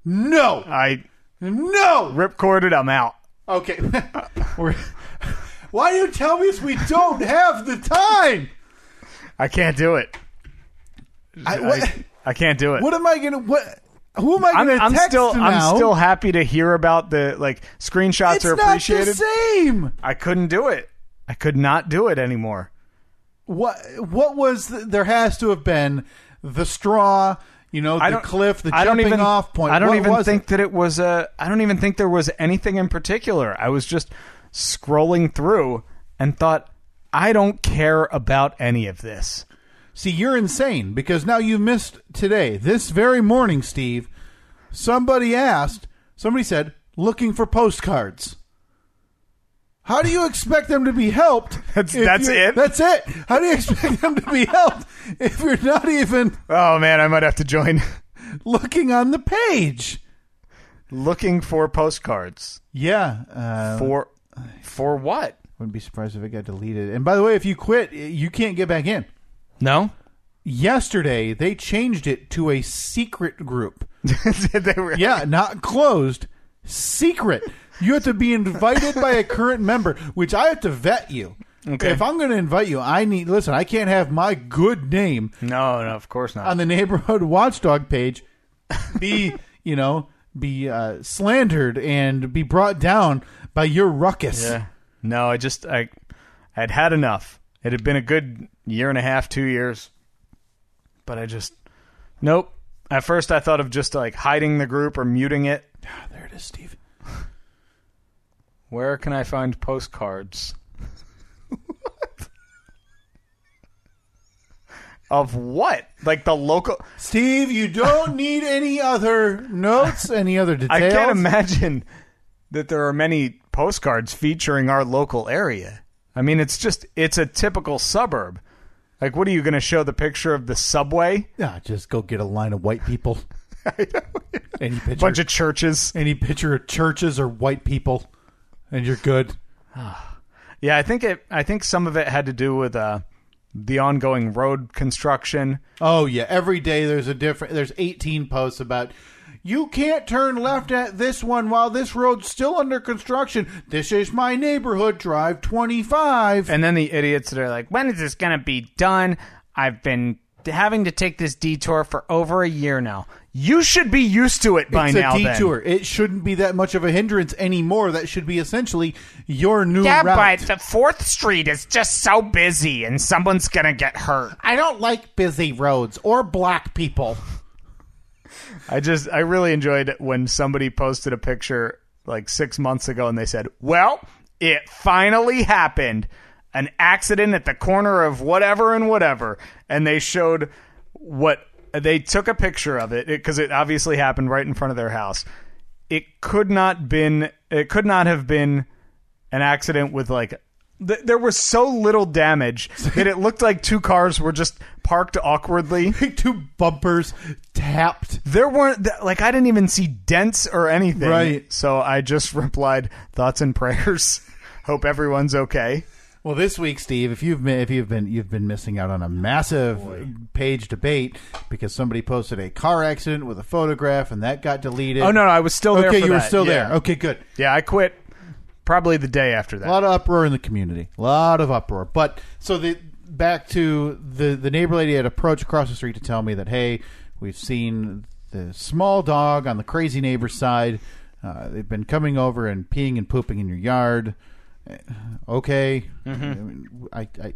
Speaker 1: no,
Speaker 2: I
Speaker 1: no.
Speaker 2: ripcorded. I'm out.
Speaker 1: Okay. We're- Why do you tell me this? We don't have the time.
Speaker 2: I can't do it.
Speaker 1: I, what,
Speaker 2: I, I can't do it.
Speaker 1: what am I gonna? What? Who am I
Speaker 2: I'm,
Speaker 1: gonna
Speaker 2: I'm
Speaker 1: text
Speaker 2: still
Speaker 1: now?
Speaker 2: I'm still happy to hear about the like screenshots
Speaker 1: It's
Speaker 2: are
Speaker 1: not the
Speaker 2: appreciated.
Speaker 1: same.
Speaker 2: I couldn't do it. I could not do it anymore.
Speaker 1: What? What was? The, there has to have been the straw. You know,
Speaker 2: I
Speaker 1: the
Speaker 2: don't
Speaker 1: cliff, the
Speaker 2: I don't
Speaker 1: jumping
Speaker 2: even,
Speaker 1: off point.
Speaker 2: I don't
Speaker 1: What
Speaker 2: even
Speaker 1: was
Speaker 2: think
Speaker 1: it?
Speaker 2: that it was a. I don't even think there was anything in particular. I was just scrolling through and thought, I don't care about any of this.
Speaker 1: See, you're insane because now you missed today. This very morning, Steve, somebody asked. Somebody said, "Looking for postcards." How do you expect them to be helped?
Speaker 2: That's-
Speaker 1: if
Speaker 2: that's
Speaker 1: you're-
Speaker 2: it?
Speaker 1: That's it. How do you expect them to be helped if you're not even
Speaker 2: Oh man, I might have to join.
Speaker 1: looking on the page?
Speaker 2: Looking for postcards
Speaker 1: Yeah. Uh,
Speaker 2: for for what?
Speaker 1: Wouldn't be surprised if it got deleted. And by the way, if you quit, you can't get back in.
Speaker 2: No,
Speaker 1: Yesterday, they changed it to a secret group.
Speaker 2: Did they re-
Speaker 1: Yeah, not closed, secret. You have to be invited by a current member, which I have to vet you.
Speaker 2: Okay.
Speaker 1: If I'm going to invite you, I need listen. I can't have my good name
Speaker 2: No, no, of course not.
Speaker 1: on the neighborhood watchdog page be you know be uh, slandered and be brought down by your ruckus.
Speaker 2: Yeah. No, I just I I'd had enough. It had been a good year and a half, two years. But I just Nope. At first I thought of just like hiding the group or muting it.
Speaker 1: Ah, there it is, Steve.
Speaker 2: Where can I find postcards? of what? Like the local
Speaker 1: Steve, you don't need any other notes, any other details.
Speaker 2: I can't imagine that there are many postcards featuring our local area. I mean, it's just it's a typical suburb. Like, what are you going to show the picture of the subway?
Speaker 1: Ah, just go get a line of white people. any picture,
Speaker 2: Bunch of churches.
Speaker 1: any picture of churches or white people, and you're good.
Speaker 2: Yeah, I think it. I think some of it had to do with uh, the ongoing road construction.
Speaker 1: Oh yeah, every day there's a different. There's 18 posts about you can't turn left at this one while this road's still under construction. This is my neighborhood. Drive 25.
Speaker 2: And then the idiots that are like, when is this going to be done? I've been having to take this detour for over a year now. You should be used to it by
Speaker 1: it's
Speaker 2: now.
Speaker 1: a
Speaker 2: then.
Speaker 1: detour. It shouldn't be that much of a hindrance anymore. That should be essentially your new
Speaker 3: Yeah,
Speaker 1: route.
Speaker 3: but the Fourth Street is just so busy, and someone's gonna get hurt.
Speaker 1: I don't like busy roads or black people.
Speaker 2: I just I really enjoyed when somebody posted a picture like six months ago and they said, Well, it finally happened. An accident at the corner of whatever and whatever. And they showed what they took a picture of it because it, obviously happened right in front of their house. It could not been it could not have been an accident with like th- there was so little damage that it looked like two cars were just parked awkwardly.
Speaker 1: Two bumpers tapped.
Speaker 2: There weren't th- like I didn't even see dents or anything.
Speaker 1: Right.
Speaker 2: So I just replied thoughts and prayers. Hope everyone's okay.
Speaker 1: Well, this week, Steve, if you've been, if you've been you've been missing out on a massive page debate because somebody posted a car accident with a photograph and that got deleted.
Speaker 2: Oh no, no I was still there.
Speaker 1: Okay,
Speaker 2: for
Speaker 1: you were
Speaker 2: that.
Speaker 1: still
Speaker 2: Yeah.
Speaker 1: there. Okay, good.
Speaker 2: Yeah, I quit. Probably the day after that.
Speaker 1: A lot of uproar in the community. A lot of uproar. But so the back to the the neighbor lady had approached across the street to tell me that hey, we've seen the small dog on the crazy neighbor's side. Uh, they've been coming over and peeing and pooping in your yard. Eh, Okay,
Speaker 2: Mm-hmm.
Speaker 1: I, mean, I, I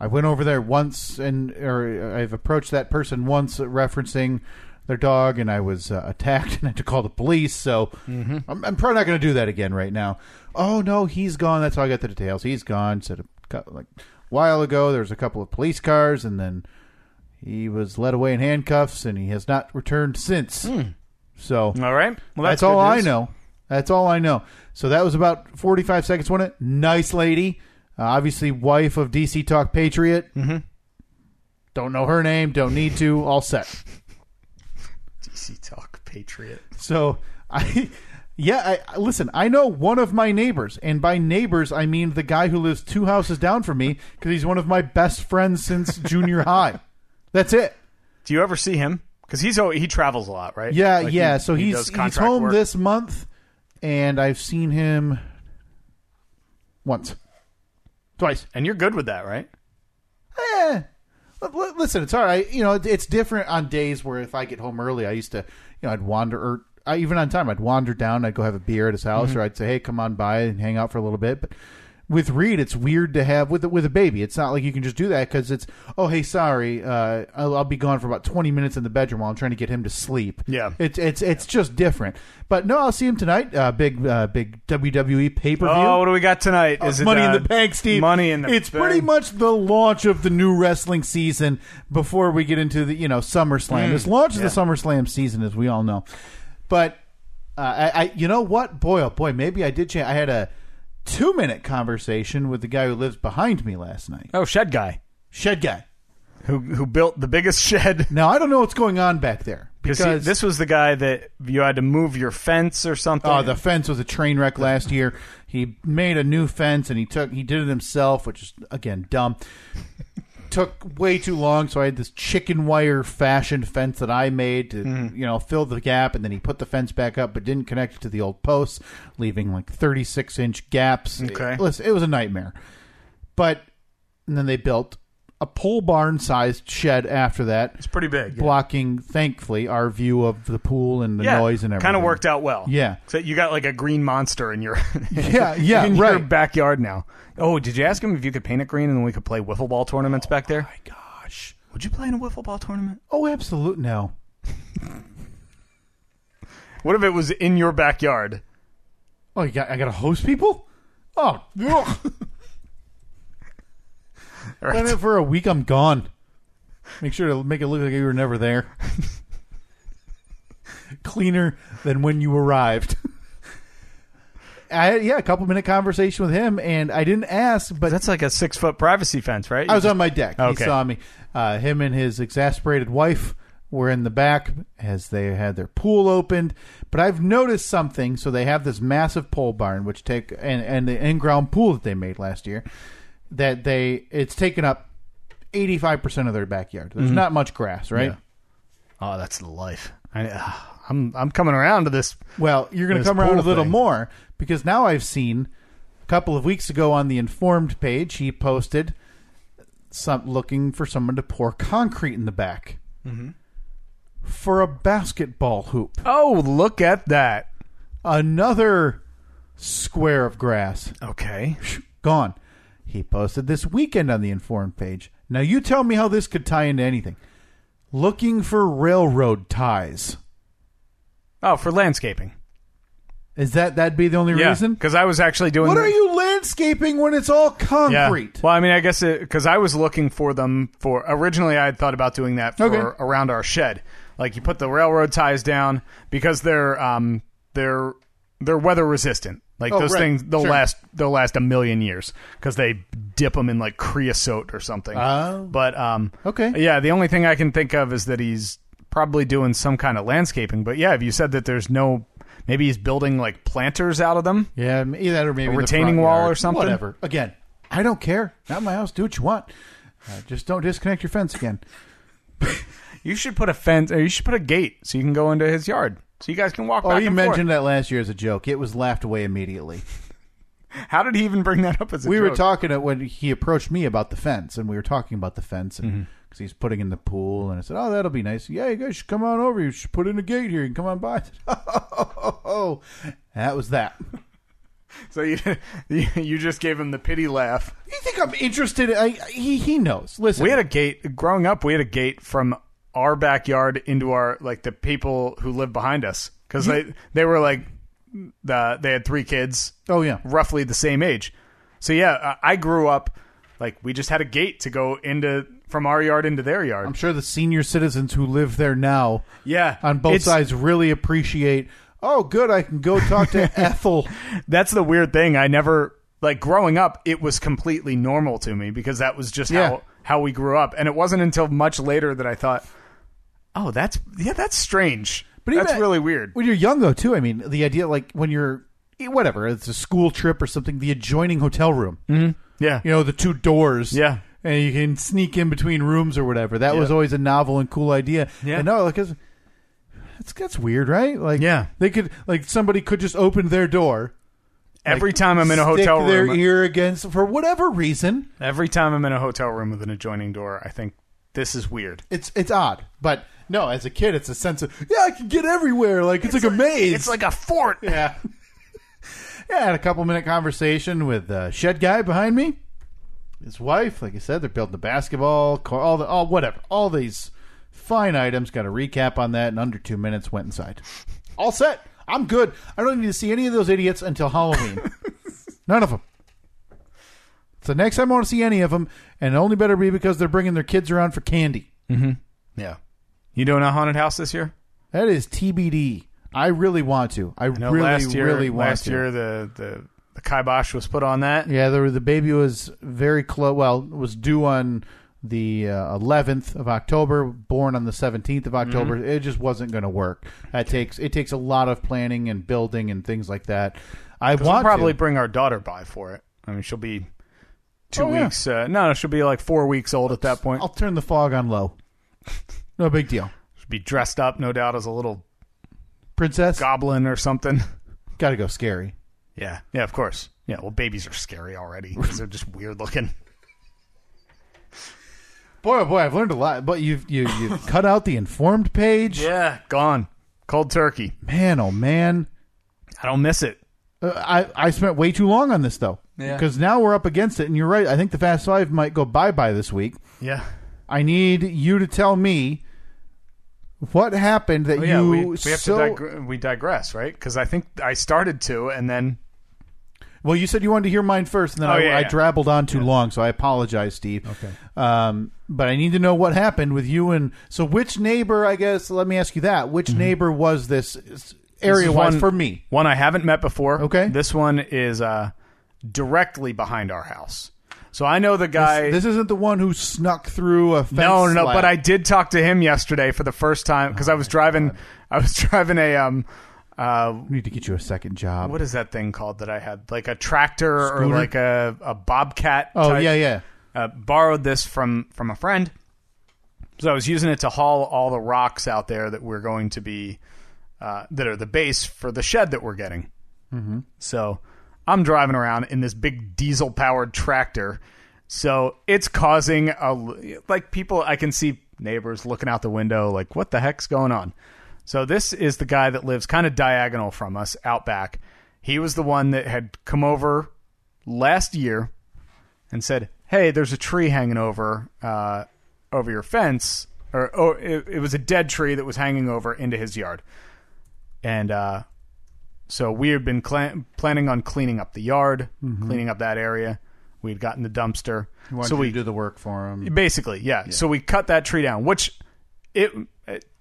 Speaker 1: I went over there once and or I've approached that person once referencing their dog, and I was uh, attacked and had to call the police. So I'm, I'm probably not going to do that again right now. Oh no, he's gone. That's how I got the details. He's gone. Said a cou- like a while ago, there was a couple of police cars, and then he was led away in handcuffs, and he has not returned since. So
Speaker 2: All right. Well,
Speaker 1: that's,
Speaker 2: that's,
Speaker 1: all
Speaker 2: good
Speaker 1: I
Speaker 2: news.
Speaker 1: know. That's all I know. So that was about 45 seconds, wasn't it? Nice lady. Uh, obviously, wife of DC Talk Patriot. Mm-hmm. Don't know her name. Don't need to. All set.
Speaker 2: DC Talk Patriot.
Speaker 1: So I. Yeah, I- I, listen, I know one of my neighbors, and by neighbors, I mean the guy who lives two houses down from me because he's one of my best friends since junior high. That's it.
Speaker 2: Do you ever see him? Because he's al- he travels a lot, right?
Speaker 1: Yeah,
Speaker 2: Like, he-
Speaker 1: yeah. so
Speaker 2: he
Speaker 1: he's
Speaker 2: does
Speaker 1: he's
Speaker 2: contract
Speaker 1: home
Speaker 2: work.
Speaker 1: this month, and I've seen him once, twice.
Speaker 2: and you're good with that, right?
Speaker 1: Eh. L- l- Listen, it's all right. You know, it- it's different on days where if I get home early, I used to, you know, I'd wander or I, even on time, I'd wander down, I'd go have a beer at his house,
Speaker 2: Mm-hmm.
Speaker 1: or I'd say, "Hey, come on by and hang out for a little bit." But with Reed, it's weird to have with with a baby. It's not like you can just do that because it's, "Oh, hey, sorry, uh, I'll, I'll be gone for about twenty minutes in the bedroom while I'm trying to get him to sleep."
Speaker 2: Yeah.
Speaker 1: it's it's it's just different. But no, I'll see him tonight. Uh, big uh, big WWE pay per view.
Speaker 2: Oh, what do we got tonight? Is it
Speaker 1: Money
Speaker 2: uh,
Speaker 1: in the Bank, Steve.
Speaker 2: Money in the
Speaker 1: It's
Speaker 2: Bank.
Speaker 1: pretty much the launch of the new wrestling season before we get into the you know SummerSlam. this launch
Speaker 2: Mm, yeah.
Speaker 1: of the SummerSlam season, as we all know. But uh, I, I, you know what, boy, oh boy, maybe I did change. I had a two minute conversation with the guy who lives behind me last night.
Speaker 2: Oh, shed guy
Speaker 1: Shed guy.
Speaker 2: who who built the biggest shed.
Speaker 1: Now I don't know what's going on back there
Speaker 2: Because
Speaker 1: because
Speaker 2: he- this was the guy that you had to move your fence or something.
Speaker 1: Oh, the fence was a train wreck last year. He made a new fence and he took he did it himself, which is again dumb. took way too long, so I had this chicken wire fashioned fence that I made to
Speaker 2: Mm-hmm.
Speaker 1: you know fill the gap, and then he put the fence back up, but didn't connect it to the old posts, leaving like thirty six inch gaps.
Speaker 2: Okay.
Speaker 1: It- listen, it was a nightmare. But and then they built a pole barn sized shed after that.
Speaker 2: it's pretty big.
Speaker 1: Blocking, thankfully, our view of the pool and the
Speaker 2: yeah,
Speaker 1: noise and everything.
Speaker 2: Kind of worked out well.
Speaker 1: Yeah.
Speaker 2: So you got like a green monster in your
Speaker 1: Yeah, yeah,
Speaker 2: in your
Speaker 1: right.
Speaker 2: backyard now. Oh, did you ask him if you could paint it green and then we could play wiffle ball tournaments back there?
Speaker 1: my gosh.
Speaker 2: Would you play in a wiffle ball tournament?
Speaker 1: Oh, absolute no.
Speaker 2: What if it was in your backyard?
Speaker 1: Oh, you got, I got to host people? Oh, ugh.
Speaker 2: All
Speaker 1: Done
Speaker 2: right.
Speaker 1: it for a week, I'm gone. Make sure to make it look like you were never there. Cleaner than when you arrived. I had, yeah, a couple minute conversation with him, and I didn't ask, but
Speaker 2: That's like a six foot privacy fence, right?
Speaker 1: I was on my deck.
Speaker 2: Okay.
Speaker 1: He saw me. Uh, him and his exasperated wife were in the back as they had their pool opened. But I've noticed something. So they have this massive pole barn, which take and and the in ground pool that they made last year. That they it's taken up eighty five percent of their backyard. There's not much grass, right?
Speaker 2: Mm-hmm. Yeah. oh, that's the life. I, uh, I'm I'm coming around to this.
Speaker 1: Well, you're going to
Speaker 2: This
Speaker 1: come around
Speaker 2: pool
Speaker 1: a little
Speaker 2: thing.
Speaker 1: more because now I've seen a couple of weeks ago on the informed page he posted some looking for someone to pour concrete in the back
Speaker 2: Mm-hmm.
Speaker 1: for a basketball hoop.
Speaker 2: Oh, look at that.
Speaker 1: Another square of grass
Speaker 2: Okay.
Speaker 1: gone. He posted this weekend on the informed page. Now you tell me how this could tie into anything. Looking for railroad ties.
Speaker 2: Oh, for landscaping.
Speaker 1: Is that that'd be the only reason?
Speaker 2: Because I was actually doing.
Speaker 1: What
Speaker 2: the-
Speaker 1: are you landscaping when it's all
Speaker 2: Yeah.
Speaker 1: concrete?
Speaker 2: Well, I mean, I guess because I was looking for them for originally, I had thought about doing that for
Speaker 1: Okay.
Speaker 2: around our shed. Like you put the railroad ties down because they're um they're they're weather resistant. Like
Speaker 1: Oh,
Speaker 2: those
Speaker 1: right.
Speaker 2: things, they'll
Speaker 1: Sure.
Speaker 2: last they'll last a million years because they dip them in like creosote or something.
Speaker 1: Oh.
Speaker 2: But um,
Speaker 1: Okay.
Speaker 2: yeah. The only thing I can think of is that he's probably doing some kind of landscaping. But yeah, if you said that there's no, maybe he's building like planters out of them.
Speaker 1: Yeah, m- either that or maybe in the
Speaker 2: retaining
Speaker 1: front
Speaker 2: wall
Speaker 1: yard.
Speaker 2: or something?
Speaker 1: Whatever. Again, I don't care. Not my house. Do what you want. Uh, just don't disconnect your fence again.
Speaker 2: You should put a fence, or you should put a gate so you can go into his yard, so you guys can walk.
Speaker 1: Oh,
Speaker 2: back
Speaker 1: you
Speaker 2: and
Speaker 1: mentioned that last year as a joke. It was laughed away immediately.
Speaker 2: Forth. How did he even bring that up as a
Speaker 1: We
Speaker 2: joke?
Speaker 1: were talking it when he approached me about the fence, and we were talking about the fence and. Cause he's putting in the pool, and I said, "Oh, that'll be nice. Yeah, you guys should come on over. You should put in a gate here. You can come on by." I said, oh, that was that.
Speaker 2: So you, you just gave him the pity laugh.
Speaker 1: You think I'm interested? I, he he knows. Listen,
Speaker 2: We had a gate growing up. We had a gate from our backyard into our like the people who live behind us because they they were like the they had three kids
Speaker 1: Oh yeah.
Speaker 2: roughly the same age. So yeah, I I grew up like we just had a gate to go into from our yard into their yard.
Speaker 1: I'm sure the senior citizens who live there now
Speaker 2: yeah,
Speaker 1: on both
Speaker 2: It's-
Speaker 1: sides really appreciate. Oh, good! I can go talk to Ethel.
Speaker 2: That's the weird thing. I never like growing up. It was completely normal to me because that was just
Speaker 1: Yeah.
Speaker 2: how how we grew up. And it wasn't until much later that I thought, oh, that's yeah, that's strange. But that's
Speaker 1: even-
Speaker 2: really weird.
Speaker 1: When you're young, though, too. I mean, the idea like when you're eh, whatever, it's a school trip or something. The adjoining hotel room,
Speaker 2: Yeah,
Speaker 1: you know, the two doors.
Speaker 2: Mm-hmm. Yeah.
Speaker 1: and you can sneak in between rooms or whatever. That was
Speaker 2: Yeah.
Speaker 1: always a novel and cool idea.
Speaker 2: Yeah.
Speaker 1: and no, like it's, it's that's weird, right? Like,
Speaker 2: Yeah.
Speaker 1: they could like somebody could just open their door.
Speaker 2: every time I'm in a hotel
Speaker 1: stick their
Speaker 2: room,
Speaker 1: ear against for whatever reason.
Speaker 2: every time I'm in a hotel room with an adjoining door, I think this is weird.
Speaker 1: It's it's odd, but no, as a kid, it's a sense of yeah, I can get everywhere. Like it's, like, a maze.
Speaker 2: It's like a fort.
Speaker 1: yeah. yeah, I had a couple minute conversation with uh, shed guy behind me, his wife. Like I said, they're building the basketball, car, all the all whatever, all these fine items. Got a recap on that in under two minutes. Went inside, all set. I'm good. I don't need to see any of those idiots until Halloween. None of them. So next time I want to see any of them, and it only better be because they're bringing their kids around for candy.
Speaker 2: Mm-hmm. Yeah. You doing a haunted house this year?
Speaker 1: That is TBD. I really want to. I,
Speaker 2: No,
Speaker 1: really,
Speaker 2: last year,
Speaker 1: really want
Speaker 2: last
Speaker 1: to.
Speaker 2: year the, the the kibosh was put on that.
Speaker 1: Yeah, there were, the baby was very close. Well, was due on the uh, 11th of October, born on the 17th of October.
Speaker 2: Mm-hmm.
Speaker 1: It just wasn't going to work. That takes it takes a lot of planning and building and things like that. I
Speaker 2: We'll
Speaker 1: want
Speaker 2: probably
Speaker 1: to.
Speaker 2: bring our daughter by for it. I mean, she'll be two
Speaker 1: Oh, yeah. Oh.
Speaker 2: weeks. Uh, no, she'll be like four weeks old at that point.
Speaker 1: I'll turn the fog on low. No big deal.
Speaker 2: She'll be dressed up, no doubt, as a little
Speaker 1: Princess,
Speaker 2: goblin or something.
Speaker 1: got to go scary.
Speaker 2: Yeah, yeah, of course. Yeah, well, babies are scary already 'cause they're just weird looking.
Speaker 1: Boy, oh boy, I've learned a lot. But you've you you cut out the informed page.
Speaker 2: Yeah, gone, cold turkey.
Speaker 1: Man, oh man.
Speaker 2: I don't miss it.
Speaker 1: Uh, I I spent way too long on this though.
Speaker 2: Yeah.
Speaker 1: Because now we're up against it, and you're right. I think the Fast Five might go bye bye this week.
Speaker 2: Yeah,
Speaker 1: I need you to tell me what happened that
Speaker 2: Oh, yeah.
Speaker 1: you
Speaker 2: we, we have
Speaker 1: so
Speaker 2: to digre- we digress, right? Because I think I started to, and then
Speaker 1: well. You said you wanted to hear mine first, and then
Speaker 2: Oh,
Speaker 1: I,
Speaker 2: yeah,
Speaker 1: I
Speaker 2: yeah.
Speaker 1: drabbled on too long, so I apologize, Steve. Okay. Um, but I need to know what happened with you and so which neighbor? I guess let me ask you that. Which neighbor was this
Speaker 2: Mm-hmm. This
Speaker 1: area
Speaker 2: is
Speaker 1: wise
Speaker 2: one-
Speaker 1: for me?
Speaker 2: One I haven't met before.
Speaker 1: Okay.
Speaker 2: This one is uh, directly behind our house. So I know the guy.
Speaker 1: this isn't the one who snuck through a fence
Speaker 2: no, no, no.
Speaker 1: slab.
Speaker 2: But I did talk to him yesterday for the first time because
Speaker 1: Oh
Speaker 2: I was driving. I was driving a um, uh,
Speaker 1: We need to get you a second job.
Speaker 2: what is that thing called that I had? Like a tractor
Speaker 1: Scooter?
Speaker 2: or like a a bobcat.
Speaker 1: oh
Speaker 2: type.
Speaker 1: yeah, yeah.
Speaker 2: Uh, borrowed this from from a friend. So I was using it to haul all the rocks out there that we're going to be uh, that are the base for the shed that we're getting. So I'm driving around in this big diesel powered tractor. So it's causing a like people I can see neighbors looking out the window like what the heck's going on. So this is the guy that lives kind of diagonal from us out back. He was the one that had come over last year and said, "Hey, there's a tree hanging over uh, over your fence." Or oh, it, it was a dead tree that was hanging over into his yard. And uh, so we had been cla planning on cleaning up the yard, cleaning up that area. We had gotten the dumpster.
Speaker 1: Why
Speaker 2: So
Speaker 1: don't
Speaker 2: we
Speaker 1: Mm-hmm. you do the work for him?
Speaker 2: basically, yeah. So we cut that tree down, which it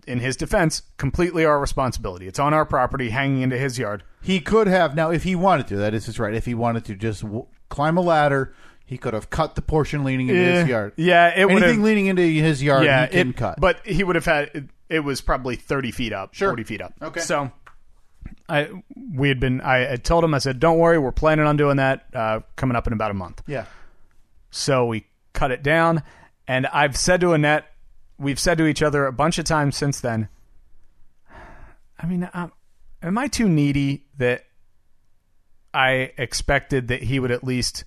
Speaker 2: in his defense, completely our responsibility. It's on our property hanging into his yard.
Speaker 1: He could have now if he wanted to. That is his right. If he wanted to just w- climb a ladder, he could have cut the portion leaning into his yard.
Speaker 2: Yeah, it would have
Speaker 1: Anything leaning into his yard,
Speaker 2: yeah,
Speaker 1: he can
Speaker 2: it,
Speaker 1: cut.
Speaker 2: But he would have had it, it was probably thirty feet up, forty feet up.
Speaker 1: Okay.
Speaker 2: so I we had been. I had told him. I said, "Don't worry, we're planning on doing that uh, coming up in about a month."
Speaker 1: yeah,
Speaker 2: So we cut it down, and I've said to Annette, we've said to each other a bunch of times since then. I mean, i am I too needy that I expected that he would at least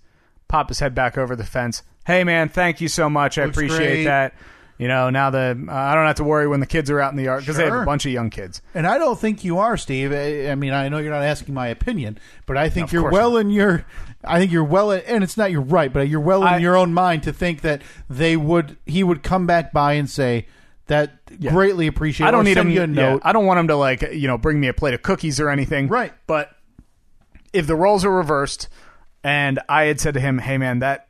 Speaker 2: pop his head back over the fence? Hey, man, thank you so much. I
Speaker 1: Looks
Speaker 2: appreciate
Speaker 1: great.
Speaker 2: that. You know, now the I don't have to worry when the kids are out in the yard because they have
Speaker 1: Sure.
Speaker 2: a bunch of young kids.
Speaker 1: and I don't think you are, Steve. eh, I, I mean, I know you're not asking my opinion, but I think
Speaker 2: of
Speaker 1: you're
Speaker 2: course
Speaker 1: well in your. I think you're well, in, and it's not your right, but you're well in
Speaker 2: I-
Speaker 1: your own mind to think that they would. He would come back by and say, That greatly appreciated.
Speaker 2: I
Speaker 1: Or
Speaker 2: don't need
Speaker 1: send
Speaker 2: him.
Speaker 1: you a
Speaker 2: yeah,
Speaker 1: note.
Speaker 2: I don't want him to like you know bring me a plate of cookies or anything.
Speaker 1: Right.
Speaker 2: But if the roles are reversed, and I had said to him, "Hey man, that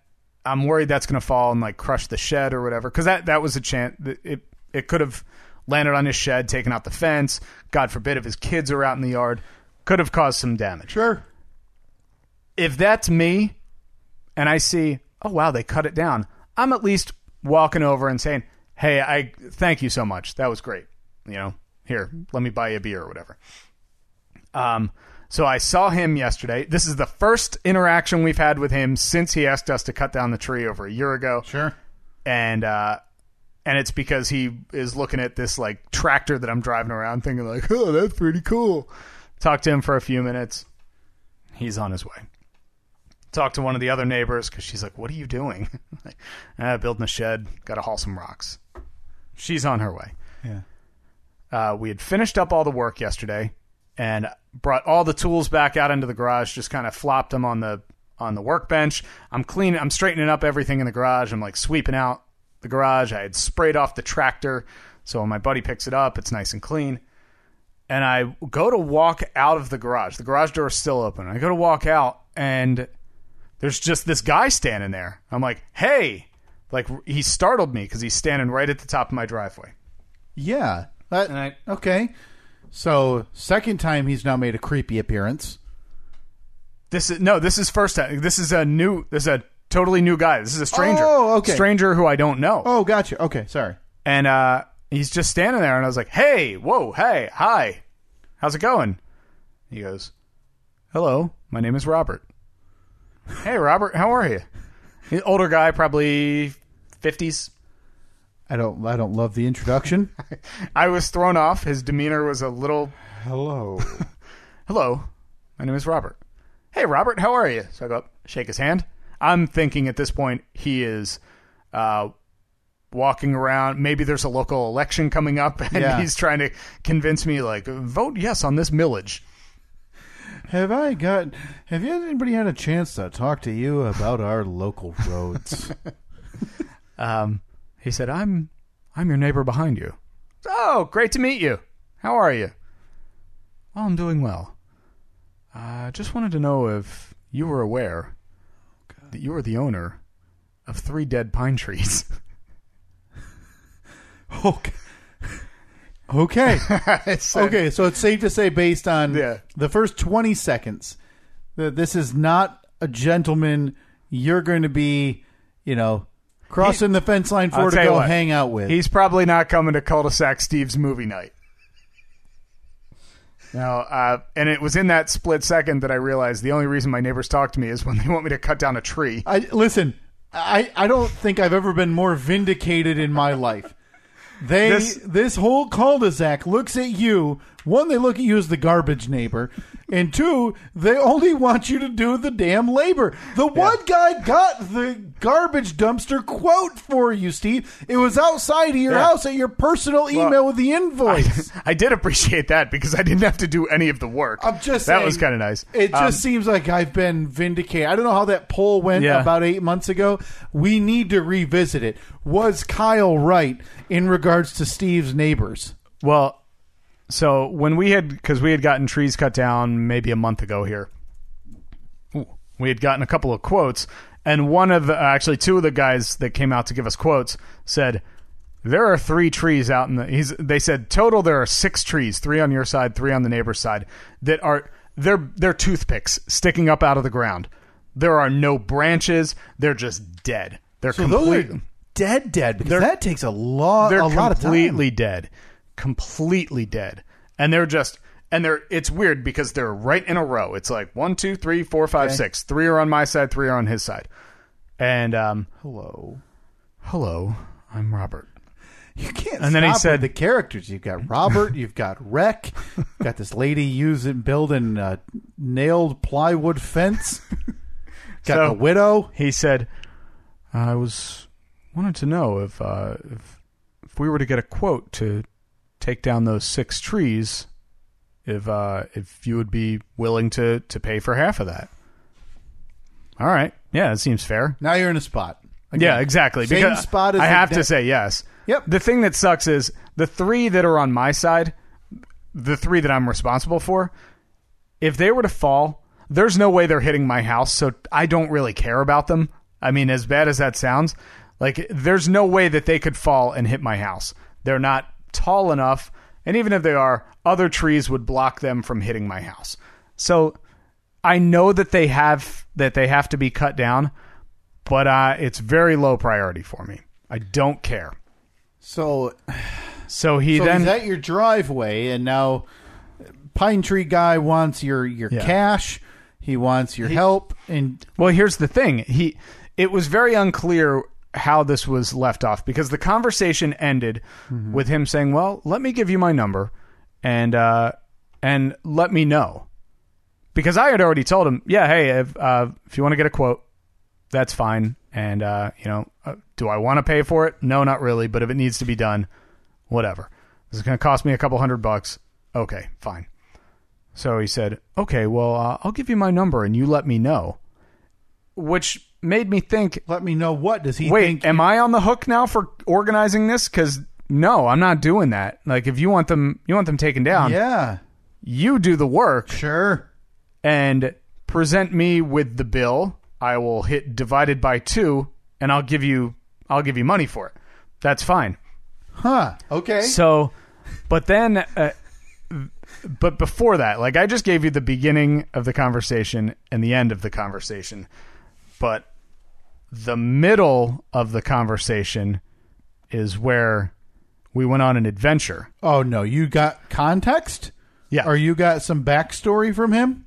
Speaker 2: I'm worried that's going to fall and like crush the shed or whatever," because that that was a chance that it it could have landed on his shed, taken out the fence. God forbid if his kids are out in the yard, could have caused some damage
Speaker 1: Sure.
Speaker 2: if that's me and I see, oh wow, they cut it down, I'm at least walking over and saying, "Hey, I thank you so much. That was great. You know, here, let me buy you a beer or whatever." Um so I saw him yesterday. This is the first interaction we've had with him since he asked us to cut down the tree over a year ago
Speaker 1: Sure.
Speaker 2: and uh and it's because he is looking at this like tractor that I'm driving around thinking like, "Oh, that's pretty cool." Talk to him for a few minutes. He's on his way. Talk to one of the other neighbors cuz she's like, "What are you doing?" like, ah, building a shed, got to haul some rocks. She's on her way.
Speaker 1: Yeah.
Speaker 2: Uh, we had finished up all the work yesterday and brought all the tools back out into the garage. Just kind of flopped them on the on the workbench. I'm cleaning. I'm straightening up everything in the garage. I'm like sweeping out the garage. I had sprayed off the tractor, so when my buddy picks it up, it's nice and clean. And I go to walk out of the garage. The garage door is still open. I go to walk out and there's just this guy standing there. I'm like, hey. Like he startled me because he's standing right at the top of my driveway.
Speaker 1: Yeah. That-
Speaker 2: And I-
Speaker 1: okay. So second time he's now made a creepy appearance.
Speaker 2: This is no. This is first time. This is a new. This is a totally new guy. This is a stranger.
Speaker 1: Oh, okay.
Speaker 2: Stranger who I don't know.
Speaker 1: Oh, gotcha. Okay, sorry.
Speaker 2: And uh, he's just standing there, and I was like, "Hey, whoa, hey, hi, how's it going?" He goes, "Hello, my name is Robert." hey, Robert, how are you? He's an older guy, probably fifties.
Speaker 1: I don't. I don't love the introduction.
Speaker 2: I was thrown off. His demeanor was a little
Speaker 1: Hello.
Speaker 2: hello, my name is Robert. Hey, Robert, how are you? So I go up, shake his hand. I'm thinking at this point he is uh, walking around. Maybe there's a local election coming up, and
Speaker 1: Yeah.
Speaker 2: he's trying to convince me, like, vote yes on this millage.
Speaker 1: Have I got? Have you anybody had a chance to talk to you about our local roads?
Speaker 2: Um, he said, "I'm, I'm your neighbor behind you." Oh, great to meet you. How are you? Well, I'm doing well. I just wanted to know if you were aware that you are the owner of three dead pine trees.
Speaker 1: okay. Okay.
Speaker 2: I said,
Speaker 1: Okay. So it's safe to say, based on
Speaker 2: Yeah.
Speaker 1: the first twenty seconds, that this is not a gentleman you're going to be, you know, crossing the fence line for
Speaker 2: I'll
Speaker 1: to
Speaker 2: tell you
Speaker 1: go
Speaker 2: what.
Speaker 1: hang out with.
Speaker 2: He's probably not coming to cul-de-sac Steve's movie night. Now, uh, and it was in that split second that I realized the only reason my neighbors talk to me is when they want me to cut down a tree.
Speaker 1: I listen. I I don't think I've ever been more vindicated in my life. They this,
Speaker 2: This-
Speaker 1: whole cul-de-sac looks at you. One, they look at you as the garbage neighbor, and two, they only want you to do the damn labor. The one guy got the garbage dumpster quote for you, Steve. It was outside of your
Speaker 2: Yeah.
Speaker 1: house at your personal email with the invoice.
Speaker 2: I did appreciate that because I didn't have to do any of the work.
Speaker 1: I'm just
Speaker 2: that
Speaker 1: saying,
Speaker 2: was kind of nice.
Speaker 1: It just
Speaker 2: Um,
Speaker 1: seems like I've been vindicated. I don't know how that poll went
Speaker 2: Yeah.
Speaker 1: about eight months ago. We need to revisit it. Was Kyle right in regards to Steve's neighbors?
Speaker 2: Well, so when we had, because we had gotten trees cut down maybe a month ago here, we had gotten a couple of quotes, and one of the, actually two of the guys that came out to give us quotes said, "There are three trees out in the." He's, they said total there are six trees, three on your side, three on the neighbor's side that are they're they're toothpicks sticking up out of the ground. There are no branches. They're just dead. They're complete,
Speaker 1: dead, dead because that takes a lot,
Speaker 2: they're
Speaker 1: a lot of time.
Speaker 2: completely dead completely dead and they're just and they're it's weird because they're right in a row it's like one two three four five six three are on my side three are on his side and um
Speaker 1: Hello,
Speaker 2: hello i'm robert
Speaker 1: you can't.
Speaker 2: And then he
Speaker 1: stop with
Speaker 2: said-
Speaker 1: the characters. You've got Robert. you've got Wreck. you've got this lady using building a nailed plywood fence. got
Speaker 2: So-
Speaker 1: the widow.
Speaker 2: he said i was wanted to know if uh if, if we were to get a quote to take down those six trees if uh if you would be willing to to pay for half of that all right yeah that seems fair
Speaker 1: Now you're in a spot.
Speaker 2: Yeah, exactly.
Speaker 1: Same
Speaker 2: because
Speaker 1: spot as
Speaker 2: I
Speaker 1: the
Speaker 2: have to
Speaker 1: de-
Speaker 2: say yes.
Speaker 1: Yep.
Speaker 2: The thing that sucks is the three that are on my side, the three that I'm responsible for. If they were to fall, there's no way they're hitting my house, so I don't really care about them. I mean, as bad as that sounds, like there's no way that they could fall and hit my house. They're not tall enough, and even if they are, other trees would block them from hitting my house. So I know that they have that they have to be cut down, but uh, it's very low priority for me. I don't care.
Speaker 1: So,
Speaker 2: So he
Speaker 1: so
Speaker 2: then
Speaker 1: he's at your driveway, and now pine tree guy wants your your
Speaker 2: Yeah.
Speaker 1: cash. He wants your help, and
Speaker 2: well, here's the thing. He it was very unclear how this was left off because the conversation ended with him saying, "Well, let me give you my number and uh, and let me know." Because I had already told him, "Yeah, hey, if uh, if you want to get a quote, that's fine." And uh, you know, uh, do I want to pay for it? No, not really. But if it needs to be done, whatever. This is going to cost me a couple hundred bucks. Okay, fine. So he said, "Okay, well, uh, I'll give you my number and you let me know," which made me think,
Speaker 1: let me know what does he
Speaker 2: "Wait,
Speaker 1: think?
Speaker 2: am I on the hook now for organizing this? Because no, I'm not doing that. Like, if you want them, you want them taken down.
Speaker 1: yeah,
Speaker 2: You do the work
Speaker 1: sure.
Speaker 2: and present me with the bill. I will hit divided by two, and I'll give you, I'll give you money for it. That's fine.
Speaker 1: Huh. Okay.
Speaker 2: So, but then, uh, but before that, like I just gave you the beginning of the conversation and the end of the conversation, but the middle of the conversation is where we went on an adventure.
Speaker 1: oh, no. You got context?
Speaker 2: Yeah.
Speaker 1: Or you got some backstory from him?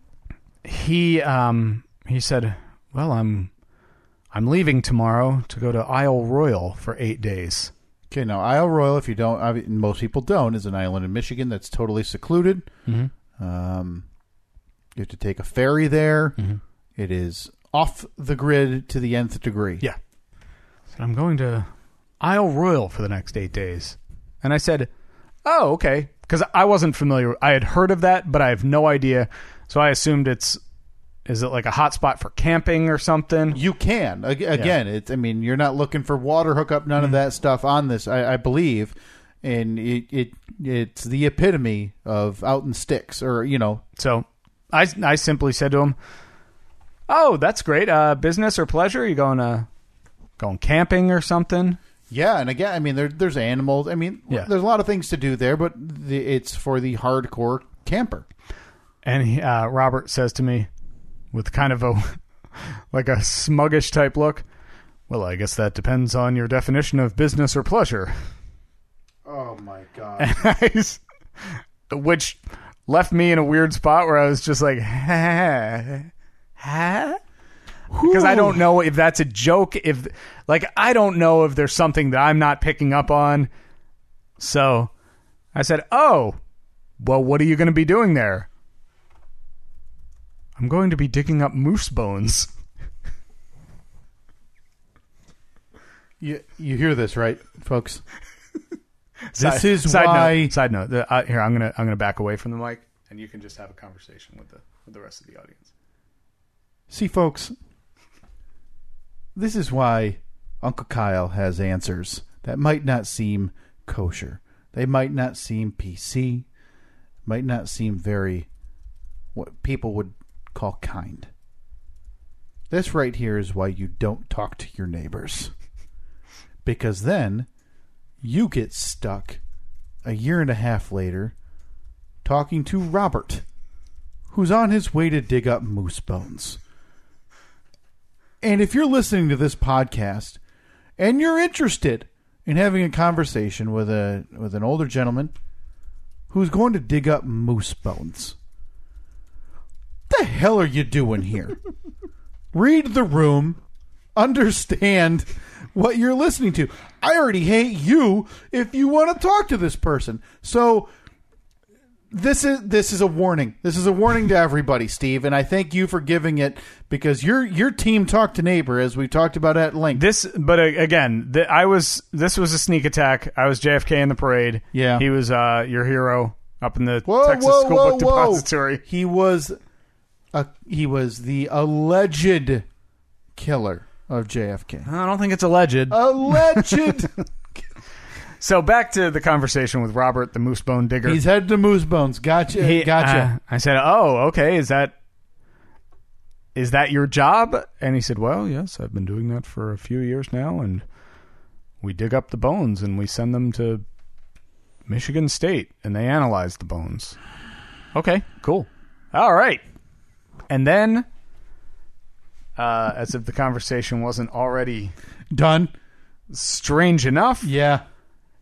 Speaker 2: he um he said, "Well, I'm I'm leaving tomorrow to go to Isle Royal for 8 days."
Speaker 1: Okay, now, Isle Royal, if you don't, I mean, most people don't, is an island in Michigan that's totally secluded.
Speaker 2: Mm-hmm.
Speaker 1: Um, you have to take a ferry there.
Speaker 2: Mm-hmm.
Speaker 1: It is off the grid to the nth degree.
Speaker 2: Yeah. said, I'm going to Isle Royal for the next eight days. And I said, Oh, okay. Because I wasn't familiar. I had heard of that, but I have no idea. So I assumed it's, is it like a hot spot for camping or something?
Speaker 1: You can. Ag- Again, it's, I mean, you're not looking for water hookup, none of that stuff on this, I, I believe. And it, it it's the epitome of out in sticks or, you know,
Speaker 2: So I, I simply said to him, Oh, that's great. Uh, business or pleasure? you going to, going camping or something?
Speaker 1: Yeah, and again, I mean, there, there's animals. I mean,
Speaker 2: Yeah.
Speaker 1: there's a lot of things to do there, but the, it's for the hardcore camper.
Speaker 2: And he, uh, Robert says to me, with kind of a like a smuggish type look, "Well, I guess that depends on your definition of business or pleasure."
Speaker 1: Oh my god!
Speaker 2: Which left me in a weird spot where I was just like, "Huh? Huh?" Because I don't know if that's a joke. If like I don't know if there's something that I'm not picking up on. So I said, "Oh, well, what are you going to be doing there?" I'm going to be digging up moose bones.
Speaker 1: you you hear this right, folks?
Speaker 2: Side-
Speaker 1: this is
Speaker 2: side
Speaker 1: why.
Speaker 2: Note, side note. The, uh, here, I'm gonna I'm gonna back away from the mic, and you can just have a conversation with the with the rest of the audience.
Speaker 1: See, folks, this is why Uncle Kyle has answers that might not seem kosher. They might not seem PC. Might not seem very what people would call kind. This right here is why you don't talk to your neighbors. Because then you get stuck a year and a half later talking to Robert, who's on his way to dig up moose bones. And if you're listening to this podcast and you're interested in having a conversation with a with an older gentleman who's going to dig up moose bones, the hell are you doing here? Read the room, understand what you're listening to. I already hate you if you want to talk to this person. So this is this is a warning. This is a warning to everybody, Steve, and I thank you for giving it because your your team talked to neighbor as we talked about at length.
Speaker 2: This, but uh, again, th- I was this was a sneak attack. I was JFK in the parade.
Speaker 1: Yeah.
Speaker 2: he was uh, your hero up in the
Speaker 1: Whoa,
Speaker 2: Texas
Speaker 1: whoa,
Speaker 2: School
Speaker 1: whoa,
Speaker 2: Book
Speaker 1: whoa.
Speaker 2: Depository.
Speaker 1: He was a he was the alleged killer. of JFK.
Speaker 2: I don't think it's alleged.
Speaker 1: Alleged.
Speaker 2: so back to the conversation with Robert, the moose bone digger.
Speaker 1: He's headed to Moose Bones. Gotcha.
Speaker 2: He-
Speaker 1: gotcha.
Speaker 2: uh, I said, "Oh, okay. Is that is that your job?" And he said, "Well, yes. I've been doing that for a few years now, and we dig up the bones and we send them to Michigan State, and they analyze the bones." Okay, cool. All right, and then. Uh, as if the conversation wasn't already
Speaker 1: Done.
Speaker 2: strange enough,
Speaker 1: Yeah.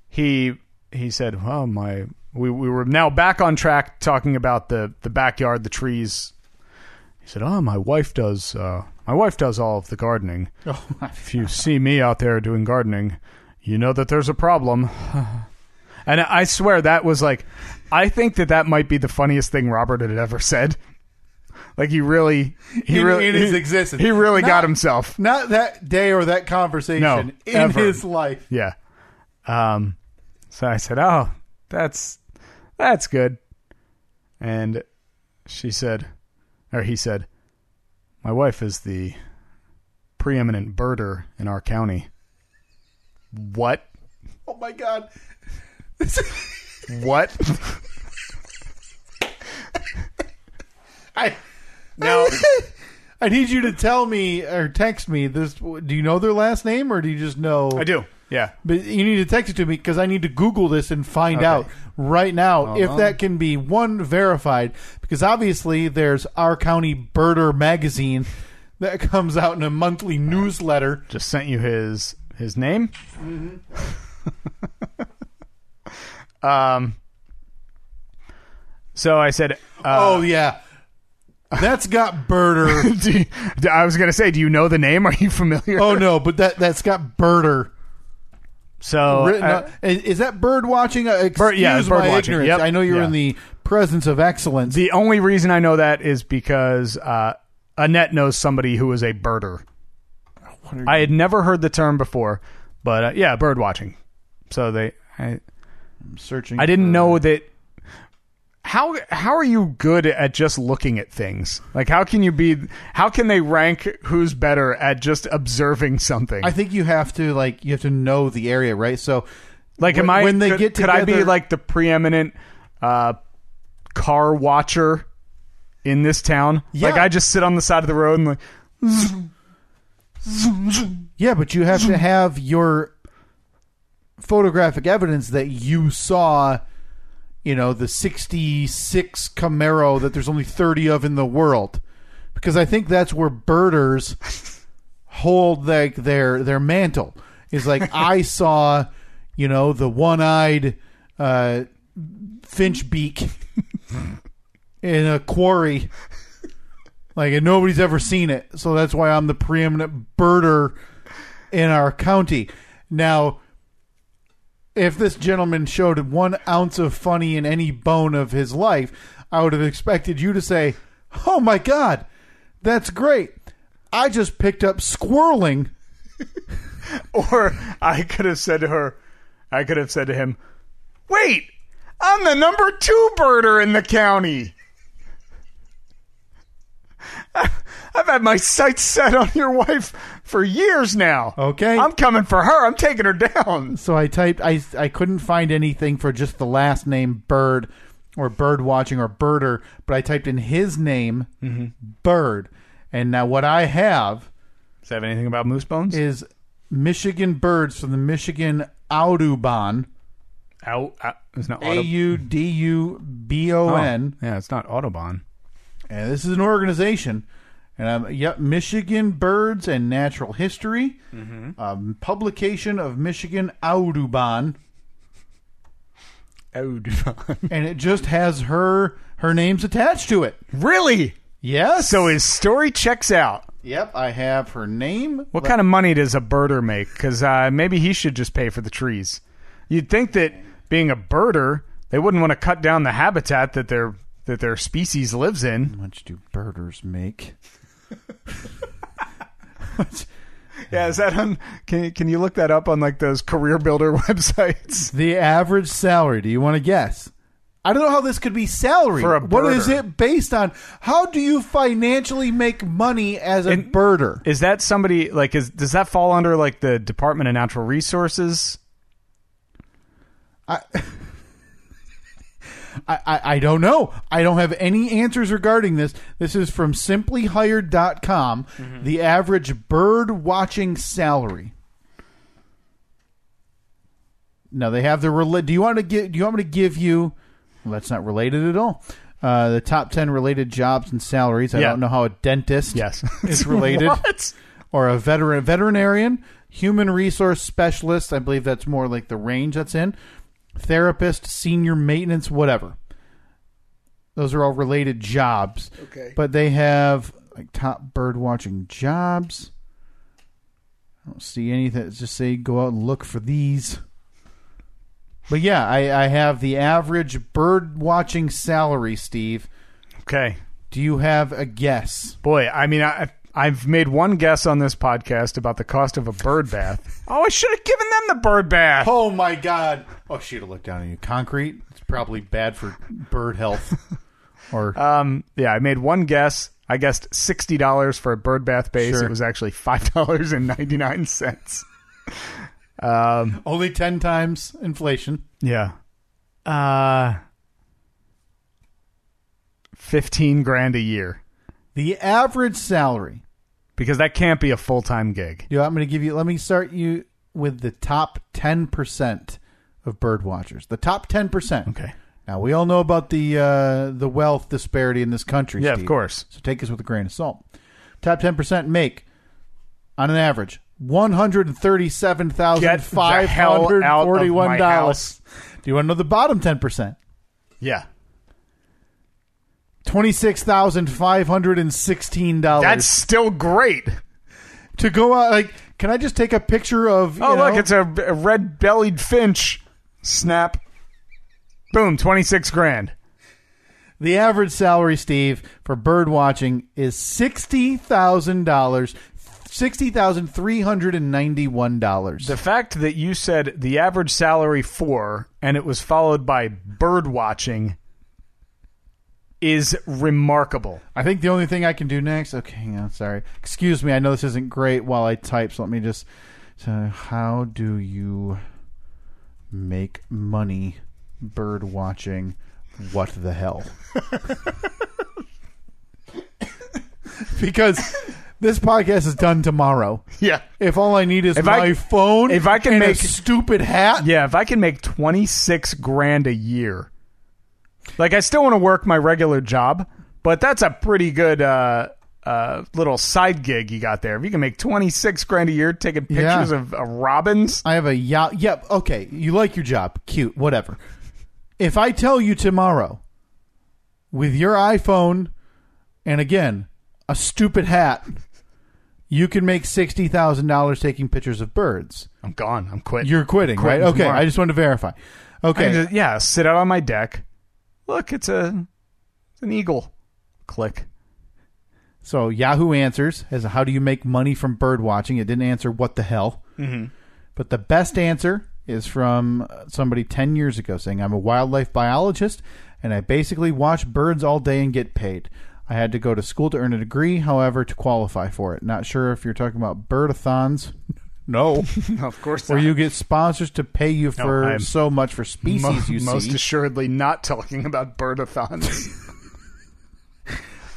Speaker 2: he he said, "Well, my we, we were now back on track talking about the the backyard, the trees." He said, "Oh, my wife does uh, my wife does all of the gardening.
Speaker 1: Oh, my.
Speaker 2: If you see me out there doing gardening, you know that there's a problem." And I swear that was like, I think that that might be the funniest thing Robert had ever said. Like he really, he
Speaker 1: In-
Speaker 2: really,
Speaker 1: in his
Speaker 2: he-
Speaker 1: existence.
Speaker 2: he really
Speaker 1: Not-
Speaker 2: got himself.
Speaker 1: Not that day or that conversation
Speaker 2: No,
Speaker 1: in
Speaker 2: ever.
Speaker 1: his life.
Speaker 2: Yeah. Um, so I said, "Oh, that's that's good." And she said, or he said, "My wife is the preeminent birder in our county." What?
Speaker 1: Oh my god.
Speaker 2: What?
Speaker 1: I
Speaker 2: now,
Speaker 1: I need you to tell me or text me this. Do you know their last name or do you just know?
Speaker 2: I do. Yeah.
Speaker 1: But you need to text it to me because I need to Google this and find
Speaker 2: Okay.
Speaker 1: out right now if
Speaker 2: on.
Speaker 1: that can be one verified. Because obviously, there's our county birder magazine that comes out in a monthly newsletter.
Speaker 2: just sent you his his name.
Speaker 1: Mm-hmm.
Speaker 2: um. So I said, uh,
Speaker 1: oh yeah, that's got birder.
Speaker 2: do you- do- I was gonna say, do you know the name? Are you familiar?
Speaker 1: oh no, but that that's got birder.
Speaker 2: so uh,
Speaker 1: Written
Speaker 2: I-
Speaker 1: up. Is, is that bird watching? Uh, Excuse
Speaker 2: Bird- yeah, bird
Speaker 1: my
Speaker 2: watching.
Speaker 1: ignorance.
Speaker 2: Yep.
Speaker 1: I know you're
Speaker 2: Yeah.
Speaker 1: in the presence of excellence.
Speaker 2: the only reason I know that is because uh, Annette knows somebody who is a birder.
Speaker 1: are-
Speaker 2: I had never heard the term before, but uh, yeah, bird watching. So they, I,
Speaker 1: I'm searching.
Speaker 2: I
Speaker 1: for-
Speaker 2: didn't know that. How how are you good at just looking at things? Like how can you be? How can they rank who's better at just observing something?
Speaker 1: I think you have to like you have to know the area, right? So
Speaker 2: Like, am
Speaker 1: When-
Speaker 2: I
Speaker 1: when they
Speaker 2: could,
Speaker 1: get
Speaker 2: Could I be
Speaker 1: together-
Speaker 2: like the preeminent uh, car watcher in this town?
Speaker 1: Yeah.
Speaker 2: Like, I just sit on the side of the road and like,
Speaker 1: Yeah, but you have to have your photographic evidence that you saw, you know, the 66 Camaro that there's only 30 of in the world. Because I think that's where birders hold like their their mantle. Is like I saw, you know, the one-eyed uh finch beak in a quarry. Like and nobody's ever seen it. So that's why I'm the preeminent birder in our county. Now, if this gentleman showed one ounce of funny in any bone of his life, I would have expected you to say, Oh my God, that's great. I just picked up squirreling.
Speaker 2: or I could have said to her, I could have said to him, wait, I'm the number two birder in the county. I've had my sights set on your wife for years now.
Speaker 1: Okay.
Speaker 2: I'm coming for her. I'm taking her down.
Speaker 1: So I typed, I, I couldn't find anything for just the last name Bird or bird watching or birder, but I typed in his name, Bird. And now what I have
Speaker 2: Does that have anything about moose bones?
Speaker 1: is Michigan birds from the Michigan Audubon.
Speaker 2: Au- au- it's not
Speaker 1: A
Speaker 2: Audub-
Speaker 1: U D U B O
Speaker 2: Oh,
Speaker 1: N.
Speaker 2: Yeah, it's not Autobahn. Oh.
Speaker 1: And this is an organization. And um, yep, Michigan Birds and Natural History,
Speaker 2: Mm-hmm.
Speaker 1: um, publication of Michigan Audubon,
Speaker 2: Autobahn.
Speaker 1: and it just has her her name's attached to it.
Speaker 2: really?
Speaker 1: Yes.
Speaker 2: So his story checks out.
Speaker 1: yep, I have her name.
Speaker 2: What kind of money does a birder make? Because uh, maybe he should just pay for the trees. You'd think that being a birder, they wouldn't want to cut down the habitat that their that their species lives in.
Speaker 1: How much do birders make?
Speaker 2: Yeah, is that on? Can can you look that up on like those career builder websites?
Speaker 1: The average salary. Do you want to guess? I don't know how this could be salary.
Speaker 2: For a
Speaker 1: What is
Speaker 2: birder.
Speaker 1: it based on? How do you financially make money as a
Speaker 2: And-
Speaker 1: birder?
Speaker 2: Is that somebody like is does that fall under like the Department of Natural Resources?
Speaker 1: I, I, I don't know. I don't have any answers regarding this. This is from simplyhired.com, the average bird watching salary. Now they have the rela- do you want to get do you want me to give you well, that's not related at all. Uh, the top 10 related jobs and salaries. I
Speaker 2: Yeah.
Speaker 1: don't know how a dentist
Speaker 2: Yes.
Speaker 1: is related
Speaker 2: What?
Speaker 1: or a veteran veterinarian, human resource specialist, I believe that's more like the range that's in, therapist, senior maintenance, whatever. Those are all related jobs.
Speaker 4: Okay.
Speaker 1: But they have like top bird watching jobs. I don't see anything. It's just say go out and look for these. But yeah, I, I have the average bird watching salary, Steve.
Speaker 2: Okay.
Speaker 1: Do you have a guess?
Speaker 2: Boy, I mean I I've made one guess on this podcast about the cost of a bird bath.
Speaker 3: Oh, I should have given them the bird bath.
Speaker 1: Oh my god! Oh, she'd have looked down at you. Concrete. It's probably bad for bird health. Or
Speaker 2: Um yeah, I made one guess. I guessed sixty dollars for a bird bath base.
Speaker 1: Sure.
Speaker 2: It was actually five dollars and ninety nine cents. Um
Speaker 1: only ten times inflation.
Speaker 2: Yeah. Uh fifteen grand a year.
Speaker 1: The average salary.
Speaker 2: Because that can't be a full time gig.
Speaker 1: You know, I'm going to give you. Let me start you with the top ten percent of bird watchers. The top ten percent.
Speaker 2: Okay.
Speaker 1: Now we all know about the uh, the wealth disparity in this country.
Speaker 2: Yeah,
Speaker 1: Steve.
Speaker 2: of course.
Speaker 1: So take this with a grain of salt. Top ten percent make, on an average, one hundred thirty-seven thousand five hundred forty-one dollars. Do you want to know the bottom ten percent?
Speaker 2: Yeah.
Speaker 1: Twenty-six thousand five hundred and sixteen dollars.
Speaker 2: That's still great.
Speaker 1: to go out. Like, can I just take a picture of?
Speaker 2: Oh,
Speaker 1: you know-
Speaker 2: look, it's a, a red bellied finch. Snap. Boom, 26 grand.
Speaker 1: The average salary, Steve, for bird watching is sixty thousand dollars, sixty thousand three hundred and ninety-one dollars.
Speaker 2: The fact that you said the average salary for, and it was followed by bird watching, is remarkable.
Speaker 1: I think the only thing I can do next. Okay, hang on. Sorry. Excuse me. I know this isn't great while I type, so let me just. So, how do you make money bird watching? What the hell? because this podcast is done tomorrow.
Speaker 2: Yeah.
Speaker 1: If all I need is
Speaker 2: If I-
Speaker 1: my phone,
Speaker 2: if I can
Speaker 1: and a
Speaker 2: make-
Speaker 1: stupid hat,
Speaker 2: Yeah, if I can make 26 grand a year. Like I still want to work my regular job, but that's a pretty good uh uh, little side gig you got there. If you can make twenty six grand a year taking
Speaker 1: Yeah.
Speaker 2: pictures of, of robins,
Speaker 1: I have a yacht. Yep. Okay. You like your job. Cute. Whatever. If I tell you tomorrow with your iPhone and again, a stupid hat, you can make $60,000 taking pictures of birds.
Speaker 2: I'm gone. I'm quitting.
Speaker 1: You're quitting,
Speaker 2: Quitting
Speaker 1: right? Okay.
Speaker 2: tomorrow.
Speaker 1: I just wanted to verify.
Speaker 2: I
Speaker 1: Okay.
Speaker 2: just- yeah, sit out on my deck. Look, it's a it's an eagle. Click.
Speaker 1: So Yahoo Answers has a how do you make money from bird watching. It didn't answer what the hell. Mm-hmm. But the best answer is from uh, somebody 10 years ago saying, I'm a wildlife biologist and I basically watch birds all day and get paid. I had to go to school to earn a degree, however, to qualify for it. Not sure if you're talking about birdathons. No.
Speaker 2: of course,
Speaker 1: Where
Speaker 2: not.
Speaker 1: you get sponsors to pay you for
Speaker 2: I'm
Speaker 1: so much for species
Speaker 2: Mo-
Speaker 1: you
Speaker 2: most
Speaker 1: see.
Speaker 2: assuredly not talking about birdathons.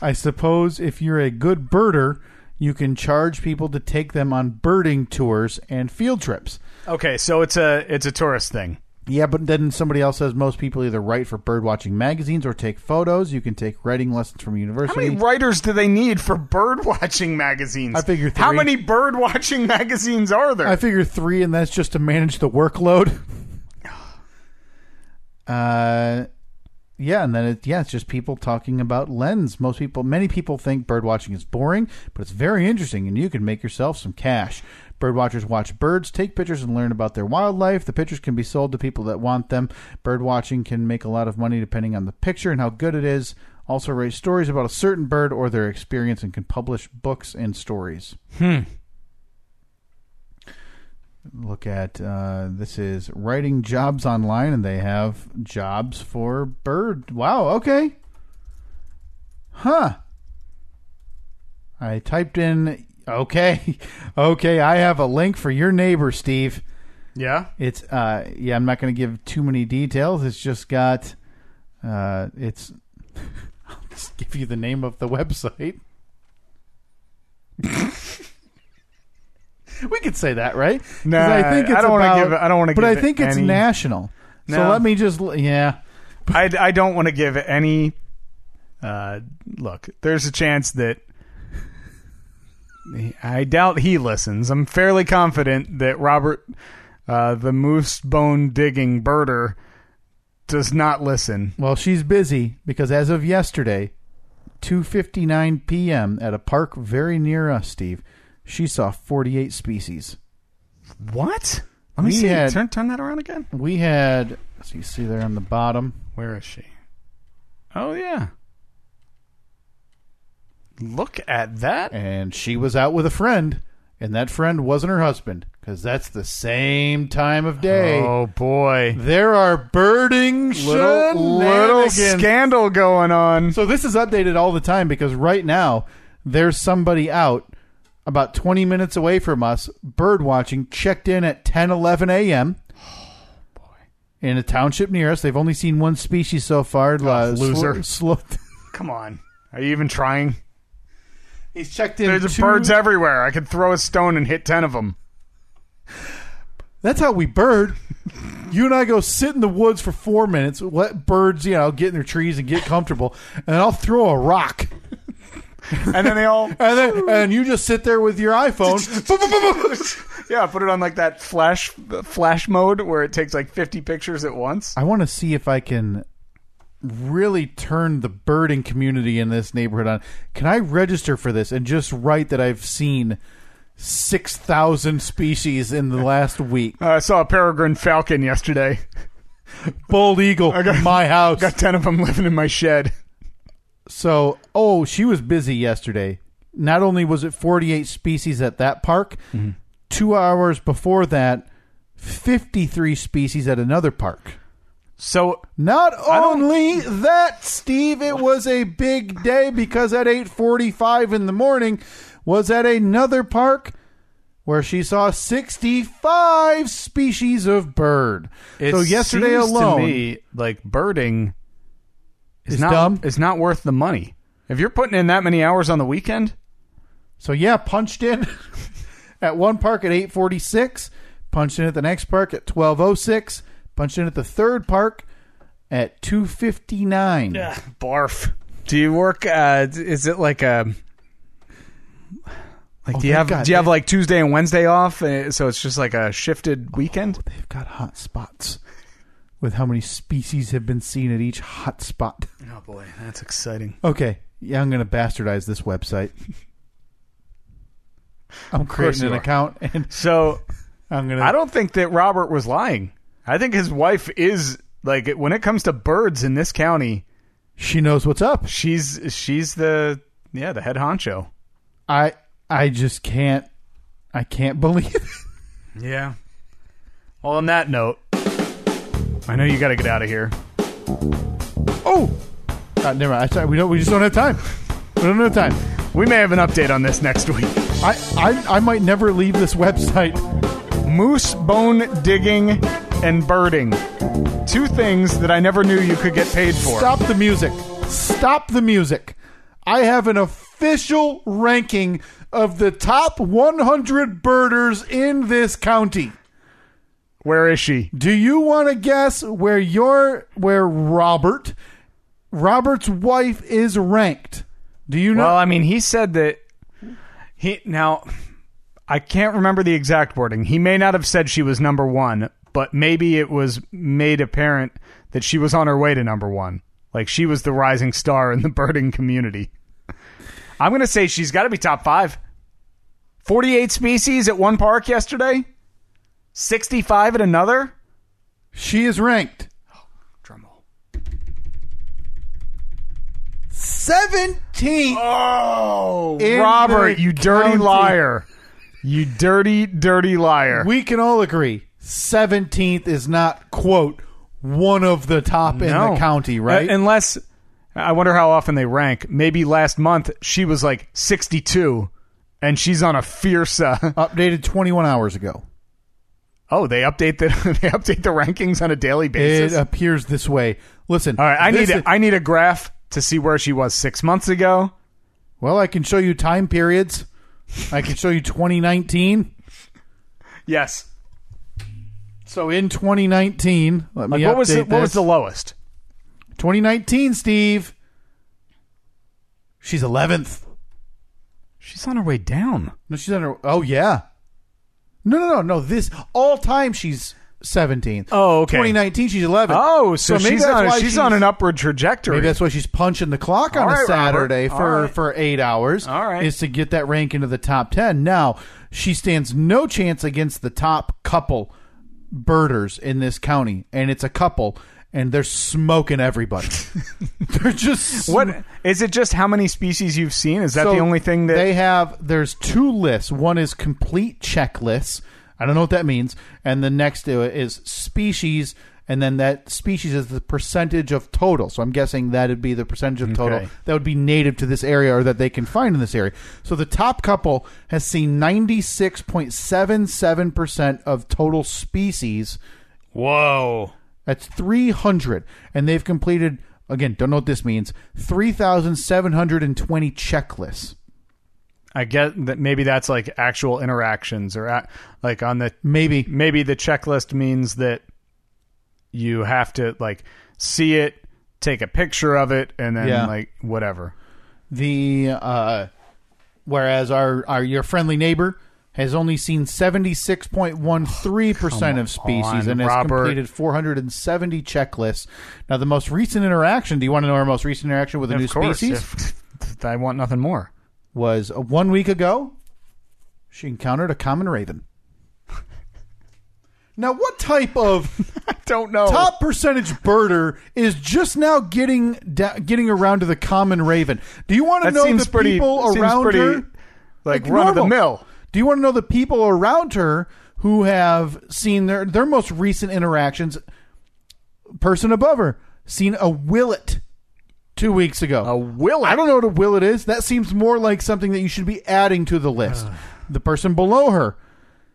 Speaker 1: I suppose if you're a good birder, you can charge people to take them on birding tours and field trips.
Speaker 2: okay, so it's a it's a tourist thing.
Speaker 1: Yeah, but then somebody else says most people either write for birdwatching magazines or take photos. You can take writing lessons from
Speaker 2: How
Speaker 1: university.
Speaker 2: many writers do they need for bird watching magazines?
Speaker 1: I figure
Speaker 2: How
Speaker 1: three.
Speaker 2: many bird watching magazines are there?
Speaker 1: I figure three, and that's just to manage the workload. uh, yeah, and then it, yeah, it's just people talking about lens. Most people, many people think birdwatching is boring, but it's very interesting, and you can make yourself some cash. Birdwatchers watch birds, take pictures, and learn about their wildlife. The pictures can be sold to people that want them. Birdwatching can make a lot of money depending on the picture and how good it is. Also, write stories about a certain bird or their experience and can publish books and stories. look at uh, this is writing jobs online, and they have jobs for bird. Wow, okay, huh? I typed in okay, okay. I have a link for your neighbor, Steve.
Speaker 2: Yeah.
Speaker 1: It's uh, yeah. I'm not going to give too many details. It's just got uh, it's. I'll just give you the name of the website. we could say that, right? 'Cause
Speaker 2: Nah, I don't wanna give it- I don't wanna
Speaker 1: But
Speaker 2: give
Speaker 1: I
Speaker 2: it
Speaker 1: think it's
Speaker 2: any-
Speaker 1: national. So
Speaker 2: No.
Speaker 1: let me just l- yeah.
Speaker 2: I, I don't want to give any. Uh, look, there's a chance that I doubt he listens. I'm fairly confident that Robert, uh, the moose bone digging birder, does not listen.
Speaker 1: Well, she's busy because as of yesterday, 2:59 p.m. at a park very near us, Steve, she saw 48 species.
Speaker 2: What? Let me
Speaker 1: We
Speaker 2: see.
Speaker 1: had-
Speaker 2: Turn turn that around again.
Speaker 1: We had so you see there on the bottom.
Speaker 2: Where is she? Oh yeah. Look at that.
Speaker 1: and she was out with a friend, and that friend wasn't her husband because that's the same time of day.
Speaker 2: Oh boy.
Speaker 1: There are birding
Speaker 2: Little, little
Speaker 1: shenanigans.
Speaker 2: scandal going on.
Speaker 1: So this is updated all the time because right now there's somebody out about 20 minutes away from us bird watching checked in at 10 11 a.m. In a township near us, they've only seen one species so far. uh, slo-
Speaker 2: loser.
Speaker 1: slow-
Speaker 2: Come on. Are you even trying?
Speaker 1: He's checked in.
Speaker 2: There's
Speaker 1: two-
Speaker 2: birds everywhere. I could throw a stone and hit 10 of them.
Speaker 1: That's how we bird. You and I go sit in the woods for four minutes, let birds, you know, get in their trees and get comfortable, and then I'll throw a rock.
Speaker 2: And then they all,
Speaker 1: And then and you just sit there with your iPhone. Boop, boop, boop, boop.
Speaker 2: yeah, put it on like that flash flash mode where it takes like 50 pictures at once.
Speaker 1: I want to see if I can really turn the birding community in this neighborhood on. Can I register for this and just write that I've seen 6,000 species in the last week?
Speaker 2: Uh, I saw a peregrine falcon yesterday.
Speaker 1: Bald eagle, my house.
Speaker 2: Got 10 of them living in my shed.
Speaker 1: So, oh, she was busy yesterday. Not only was it 48 species at that park, two hours before that, 53 species at another park.
Speaker 2: So,
Speaker 1: Not only that, Steve, it was a big day because at 8:45 in the morning was at another park where she saw 65 species of bird. so yesterday alone,
Speaker 2: like birding is
Speaker 1: It's
Speaker 2: not
Speaker 1: dumb.
Speaker 2: is not worth the money. If you're putting in that many hours on the weekend,
Speaker 1: So yeah, punched in at one park at 8:46, punched in at the next park at 12:06, punched in at the third park at 2:59.
Speaker 2: barf. Do you work? Uh, d- is it like a like? do
Speaker 1: thank
Speaker 2: you have
Speaker 1: God.
Speaker 2: do you have like Tuesday and Wednesday off? uh, So it's just like a shifted weekend.
Speaker 1: They've got hot spots with how many species have been seen at each hot spot.
Speaker 2: Oh boy, that's exciting.
Speaker 1: Okay, yeah, I'm going to bastardize this website. I'm
Speaker 2: course
Speaker 1: creating an
Speaker 2: you are.
Speaker 1: account and
Speaker 2: So
Speaker 1: I'm going to
Speaker 2: I don't think that Robert was lying. I think his wife is like when it comes to birds in this county,
Speaker 1: She knows what's up.
Speaker 2: she's she's the yeah the head honcho.
Speaker 1: I I just can't I can't believe it.
Speaker 2: Yeah. Well, on that note, I know you got to get out of here.
Speaker 1: Oh, uh, never mind. I sorry, we don't. We just don't have time. We don't have time.
Speaker 2: We may have an update on this next week.
Speaker 1: I, I, I might never leave this website.
Speaker 2: moose bone digging and birding. Two things that I never knew you could get paid for.
Speaker 1: Stop the music. Stop the music. I have an official ranking of the top 100 birders in this county.
Speaker 2: Where is she?
Speaker 1: Do you want to guess where your where Robert Robert's wife is ranked? Do you know?
Speaker 2: Well, I mean, he said that he now I can't remember the exact wording. He may not have said she was number 1, but maybe it was made apparent that she was on her way to number 1. Like she was the rising star in the birding community. I'm going to say she's got to be top 5. 48 species at one park yesterday? 65 at another?
Speaker 1: she is ranked
Speaker 2: Drum roll.
Speaker 1: 17th.
Speaker 2: Oh,
Speaker 1: In
Speaker 2: Robert,
Speaker 1: the
Speaker 2: Oh, you dirty
Speaker 1: county.
Speaker 2: liar. You dirty, dirty liar.
Speaker 1: We can all agree 17th is not, quote, one of the top in
Speaker 2: No.
Speaker 1: the county, right?
Speaker 2: Uh, unless I wonder how often they rank. Maybe last month she was like 62 and she's on a fierce uh,
Speaker 1: Updated 21 hours ago.
Speaker 2: Oh, they update the they update the rankings on a daily
Speaker 1: It
Speaker 2: basis.
Speaker 1: appears this way. Listen.
Speaker 2: All right, I
Speaker 1: this
Speaker 2: need
Speaker 1: is-
Speaker 2: a, I need a graph to see where she was 6 months ago.
Speaker 1: well, I can show you time periods. I can show you 2019.
Speaker 2: Yes.
Speaker 1: So in 2019, let me
Speaker 2: Like, what was the,
Speaker 1: update
Speaker 2: what was
Speaker 1: this.
Speaker 2: the lowest?
Speaker 1: 2019, Steve. She's 11th.
Speaker 2: She's on her way down.
Speaker 1: No, she's on her. Oh yeah. No, no, no, no. This all time she's 17th.
Speaker 2: Oh, okay.
Speaker 1: 2019 she's 11.
Speaker 2: Oh, so,
Speaker 1: maybe
Speaker 2: she's
Speaker 1: that's
Speaker 2: on a,
Speaker 1: why
Speaker 2: she's, on an upward trajectory.
Speaker 1: Maybe that's why she's punching the clock on
Speaker 2: All
Speaker 1: a
Speaker 2: right, Robert.
Speaker 1: Saturday
Speaker 2: All
Speaker 1: for
Speaker 2: right.
Speaker 1: for eight hours.
Speaker 2: All right.
Speaker 1: is to get that rank into the top ten. Now she stands no chance against the top couple birders in this county, and it's a couple, and they're smoking everybody. they're just sm-
Speaker 2: what is it? Just how many species you've seen? Is that
Speaker 1: So
Speaker 2: the only thing that
Speaker 1: they have? There's two lists. One is complete checklists. I don't know what that means. And the next to it is species, and then that species is the percentage of total. So I'm guessing that'd be the percentage of total
Speaker 2: Okay.
Speaker 1: that would be native to this area or that they can find in this area. So the top couple has seen 96.77 percent of total species.
Speaker 2: Whoa.
Speaker 1: That's 300. And they've completed, again, don't know what this means, 3,720 checklists.
Speaker 2: I get that maybe that's like actual interactions or a like on the
Speaker 1: Maybe.
Speaker 2: maybe the checklist means that you have to like see it, take a picture of it, and then
Speaker 1: Yeah.
Speaker 2: like whatever.
Speaker 1: The, uh, whereas our, our, your friendly neighbor has only seen 76.13% of species
Speaker 2: on,
Speaker 1: and has
Speaker 2: Robert.
Speaker 1: completed 470 checklists. Now, the most recent interaction, do you want to know our most recent interaction with a new
Speaker 2: of course,
Speaker 1: species?
Speaker 2: if- I want nothing more.
Speaker 1: was uh, one week ago. She encountered a common raven. now, what type of
Speaker 2: I don't know.
Speaker 1: top percentage birder is just now getting da- getting around to the common raven? Do you want to
Speaker 2: that
Speaker 1: know
Speaker 2: seems
Speaker 1: the
Speaker 2: pretty,
Speaker 1: people
Speaker 2: seems
Speaker 1: around
Speaker 2: pretty,
Speaker 1: her?
Speaker 2: like,
Speaker 1: Like
Speaker 2: run of the
Speaker 1: normal.
Speaker 2: mill.
Speaker 1: Do you want to know the people around her who have seen their their most recent interactions? Person above her seen a willet two weeks ago.
Speaker 2: A willet?
Speaker 1: I don't know what a willet is. That seems more like something that you should be adding to the list. the person below her,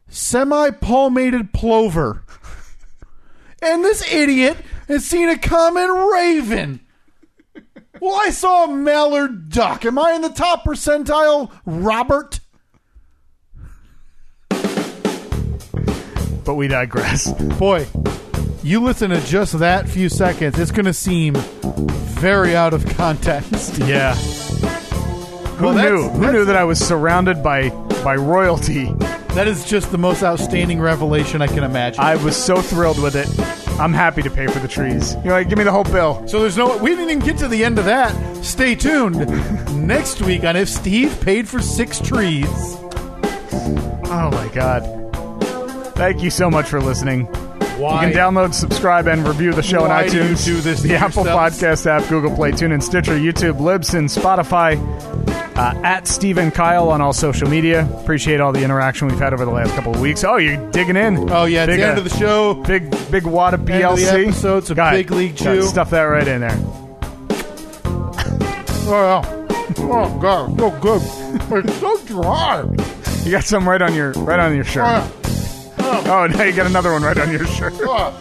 Speaker 1: semi palmated plover, and this idiot has seen a common raven. Well, I saw a mallard duck. Am I in the top percentile, Robert?
Speaker 2: But we digress.
Speaker 1: Boy, you listen to just that few seconds, it's going to seem very out of context.
Speaker 2: yeah. Who
Speaker 1: Well, that's-
Speaker 2: knew? Who knew that I was surrounded by by royalty?
Speaker 1: That is just the most outstanding revelation I can imagine.
Speaker 2: I was so thrilled with it. I'm happy to pay for the trees. You're like, give me the whole bill.
Speaker 1: so there's no. We didn't even get to the end of that. Stay tuned next week on if Steve paid for six trees.
Speaker 2: Oh my god. Thank you so much for listening.
Speaker 1: Why?
Speaker 2: You can download, subscribe, and review the show
Speaker 1: Why
Speaker 2: on
Speaker 1: do you
Speaker 2: iTunes,
Speaker 1: do this to
Speaker 2: the Apple
Speaker 1: yourselves?
Speaker 2: Podcast app, Google Play, TuneIn, Stitcher, YouTube, Libsyn, Spotify, uh, at Stephen Kyle on all social media. Appreciate all the interaction we've had over the last couple of weeks. Oh, you're digging in.
Speaker 1: oh yeah, it's
Speaker 2: big,
Speaker 1: the end
Speaker 2: uh,
Speaker 1: of the show.
Speaker 2: big big wad of
Speaker 1: End of the
Speaker 2: BLC.
Speaker 1: episode, so
Speaker 2: Got it.
Speaker 1: Big League
Speaker 2: Got it.
Speaker 1: Chew.
Speaker 2: Stuff that right in there.
Speaker 1: Oh, oh god, so good. It's so dry.
Speaker 2: You got some right on your right on your shirt.
Speaker 1: Oh,
Speaker 2: Oh, now you got another one right on your shirt.
Speaker 1: oh.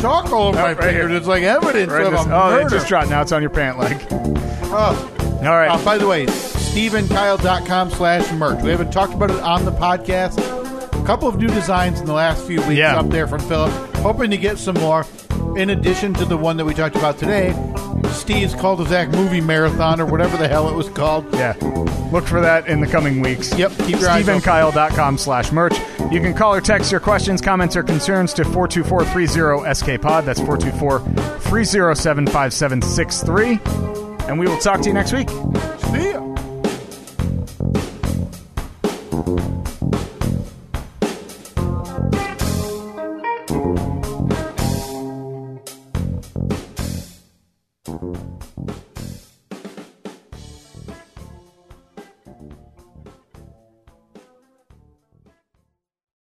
Speaker 1: Chalk all over
Speaker 2: Oh,
Speaker 1: my
Speaker 2: right here.
Speaker 1: fingers. It's like evidence
Speaker 2: Right
Speaker 1: of
Speaker 2: this-
Speaker 1: a
Speaker 2: oh,
Speaker 1: murder.
Speaker 2: it just dropped. Now it's on your pant leg.
Speaker 1: Oh.
Speaker 2: All right.
Speaker 1: Uh, by the way, StephenKyle.com slash merch. We haven't talked about it on the podcast. A couple of new designs in the last few weeks
Speaker 2: Yeah.
Speaker 1: up there from Philip. Hoping to get some more. In addition to the one that we talked about today, Steve's Cul-de-Sac Movie Marathon or whatever the hell it was called.
Speaker 2: yeah. Look for that in the coming weeks.
Speaker 1: Yep, keep your eyes open.
Speaker 2: StephenKyle.com slash merch. You can call or text your questions, comments, or concerns to 424-30-SK-POD. That's 424-307-5763. And we will talk to you next week.
Speaker 1: See ya.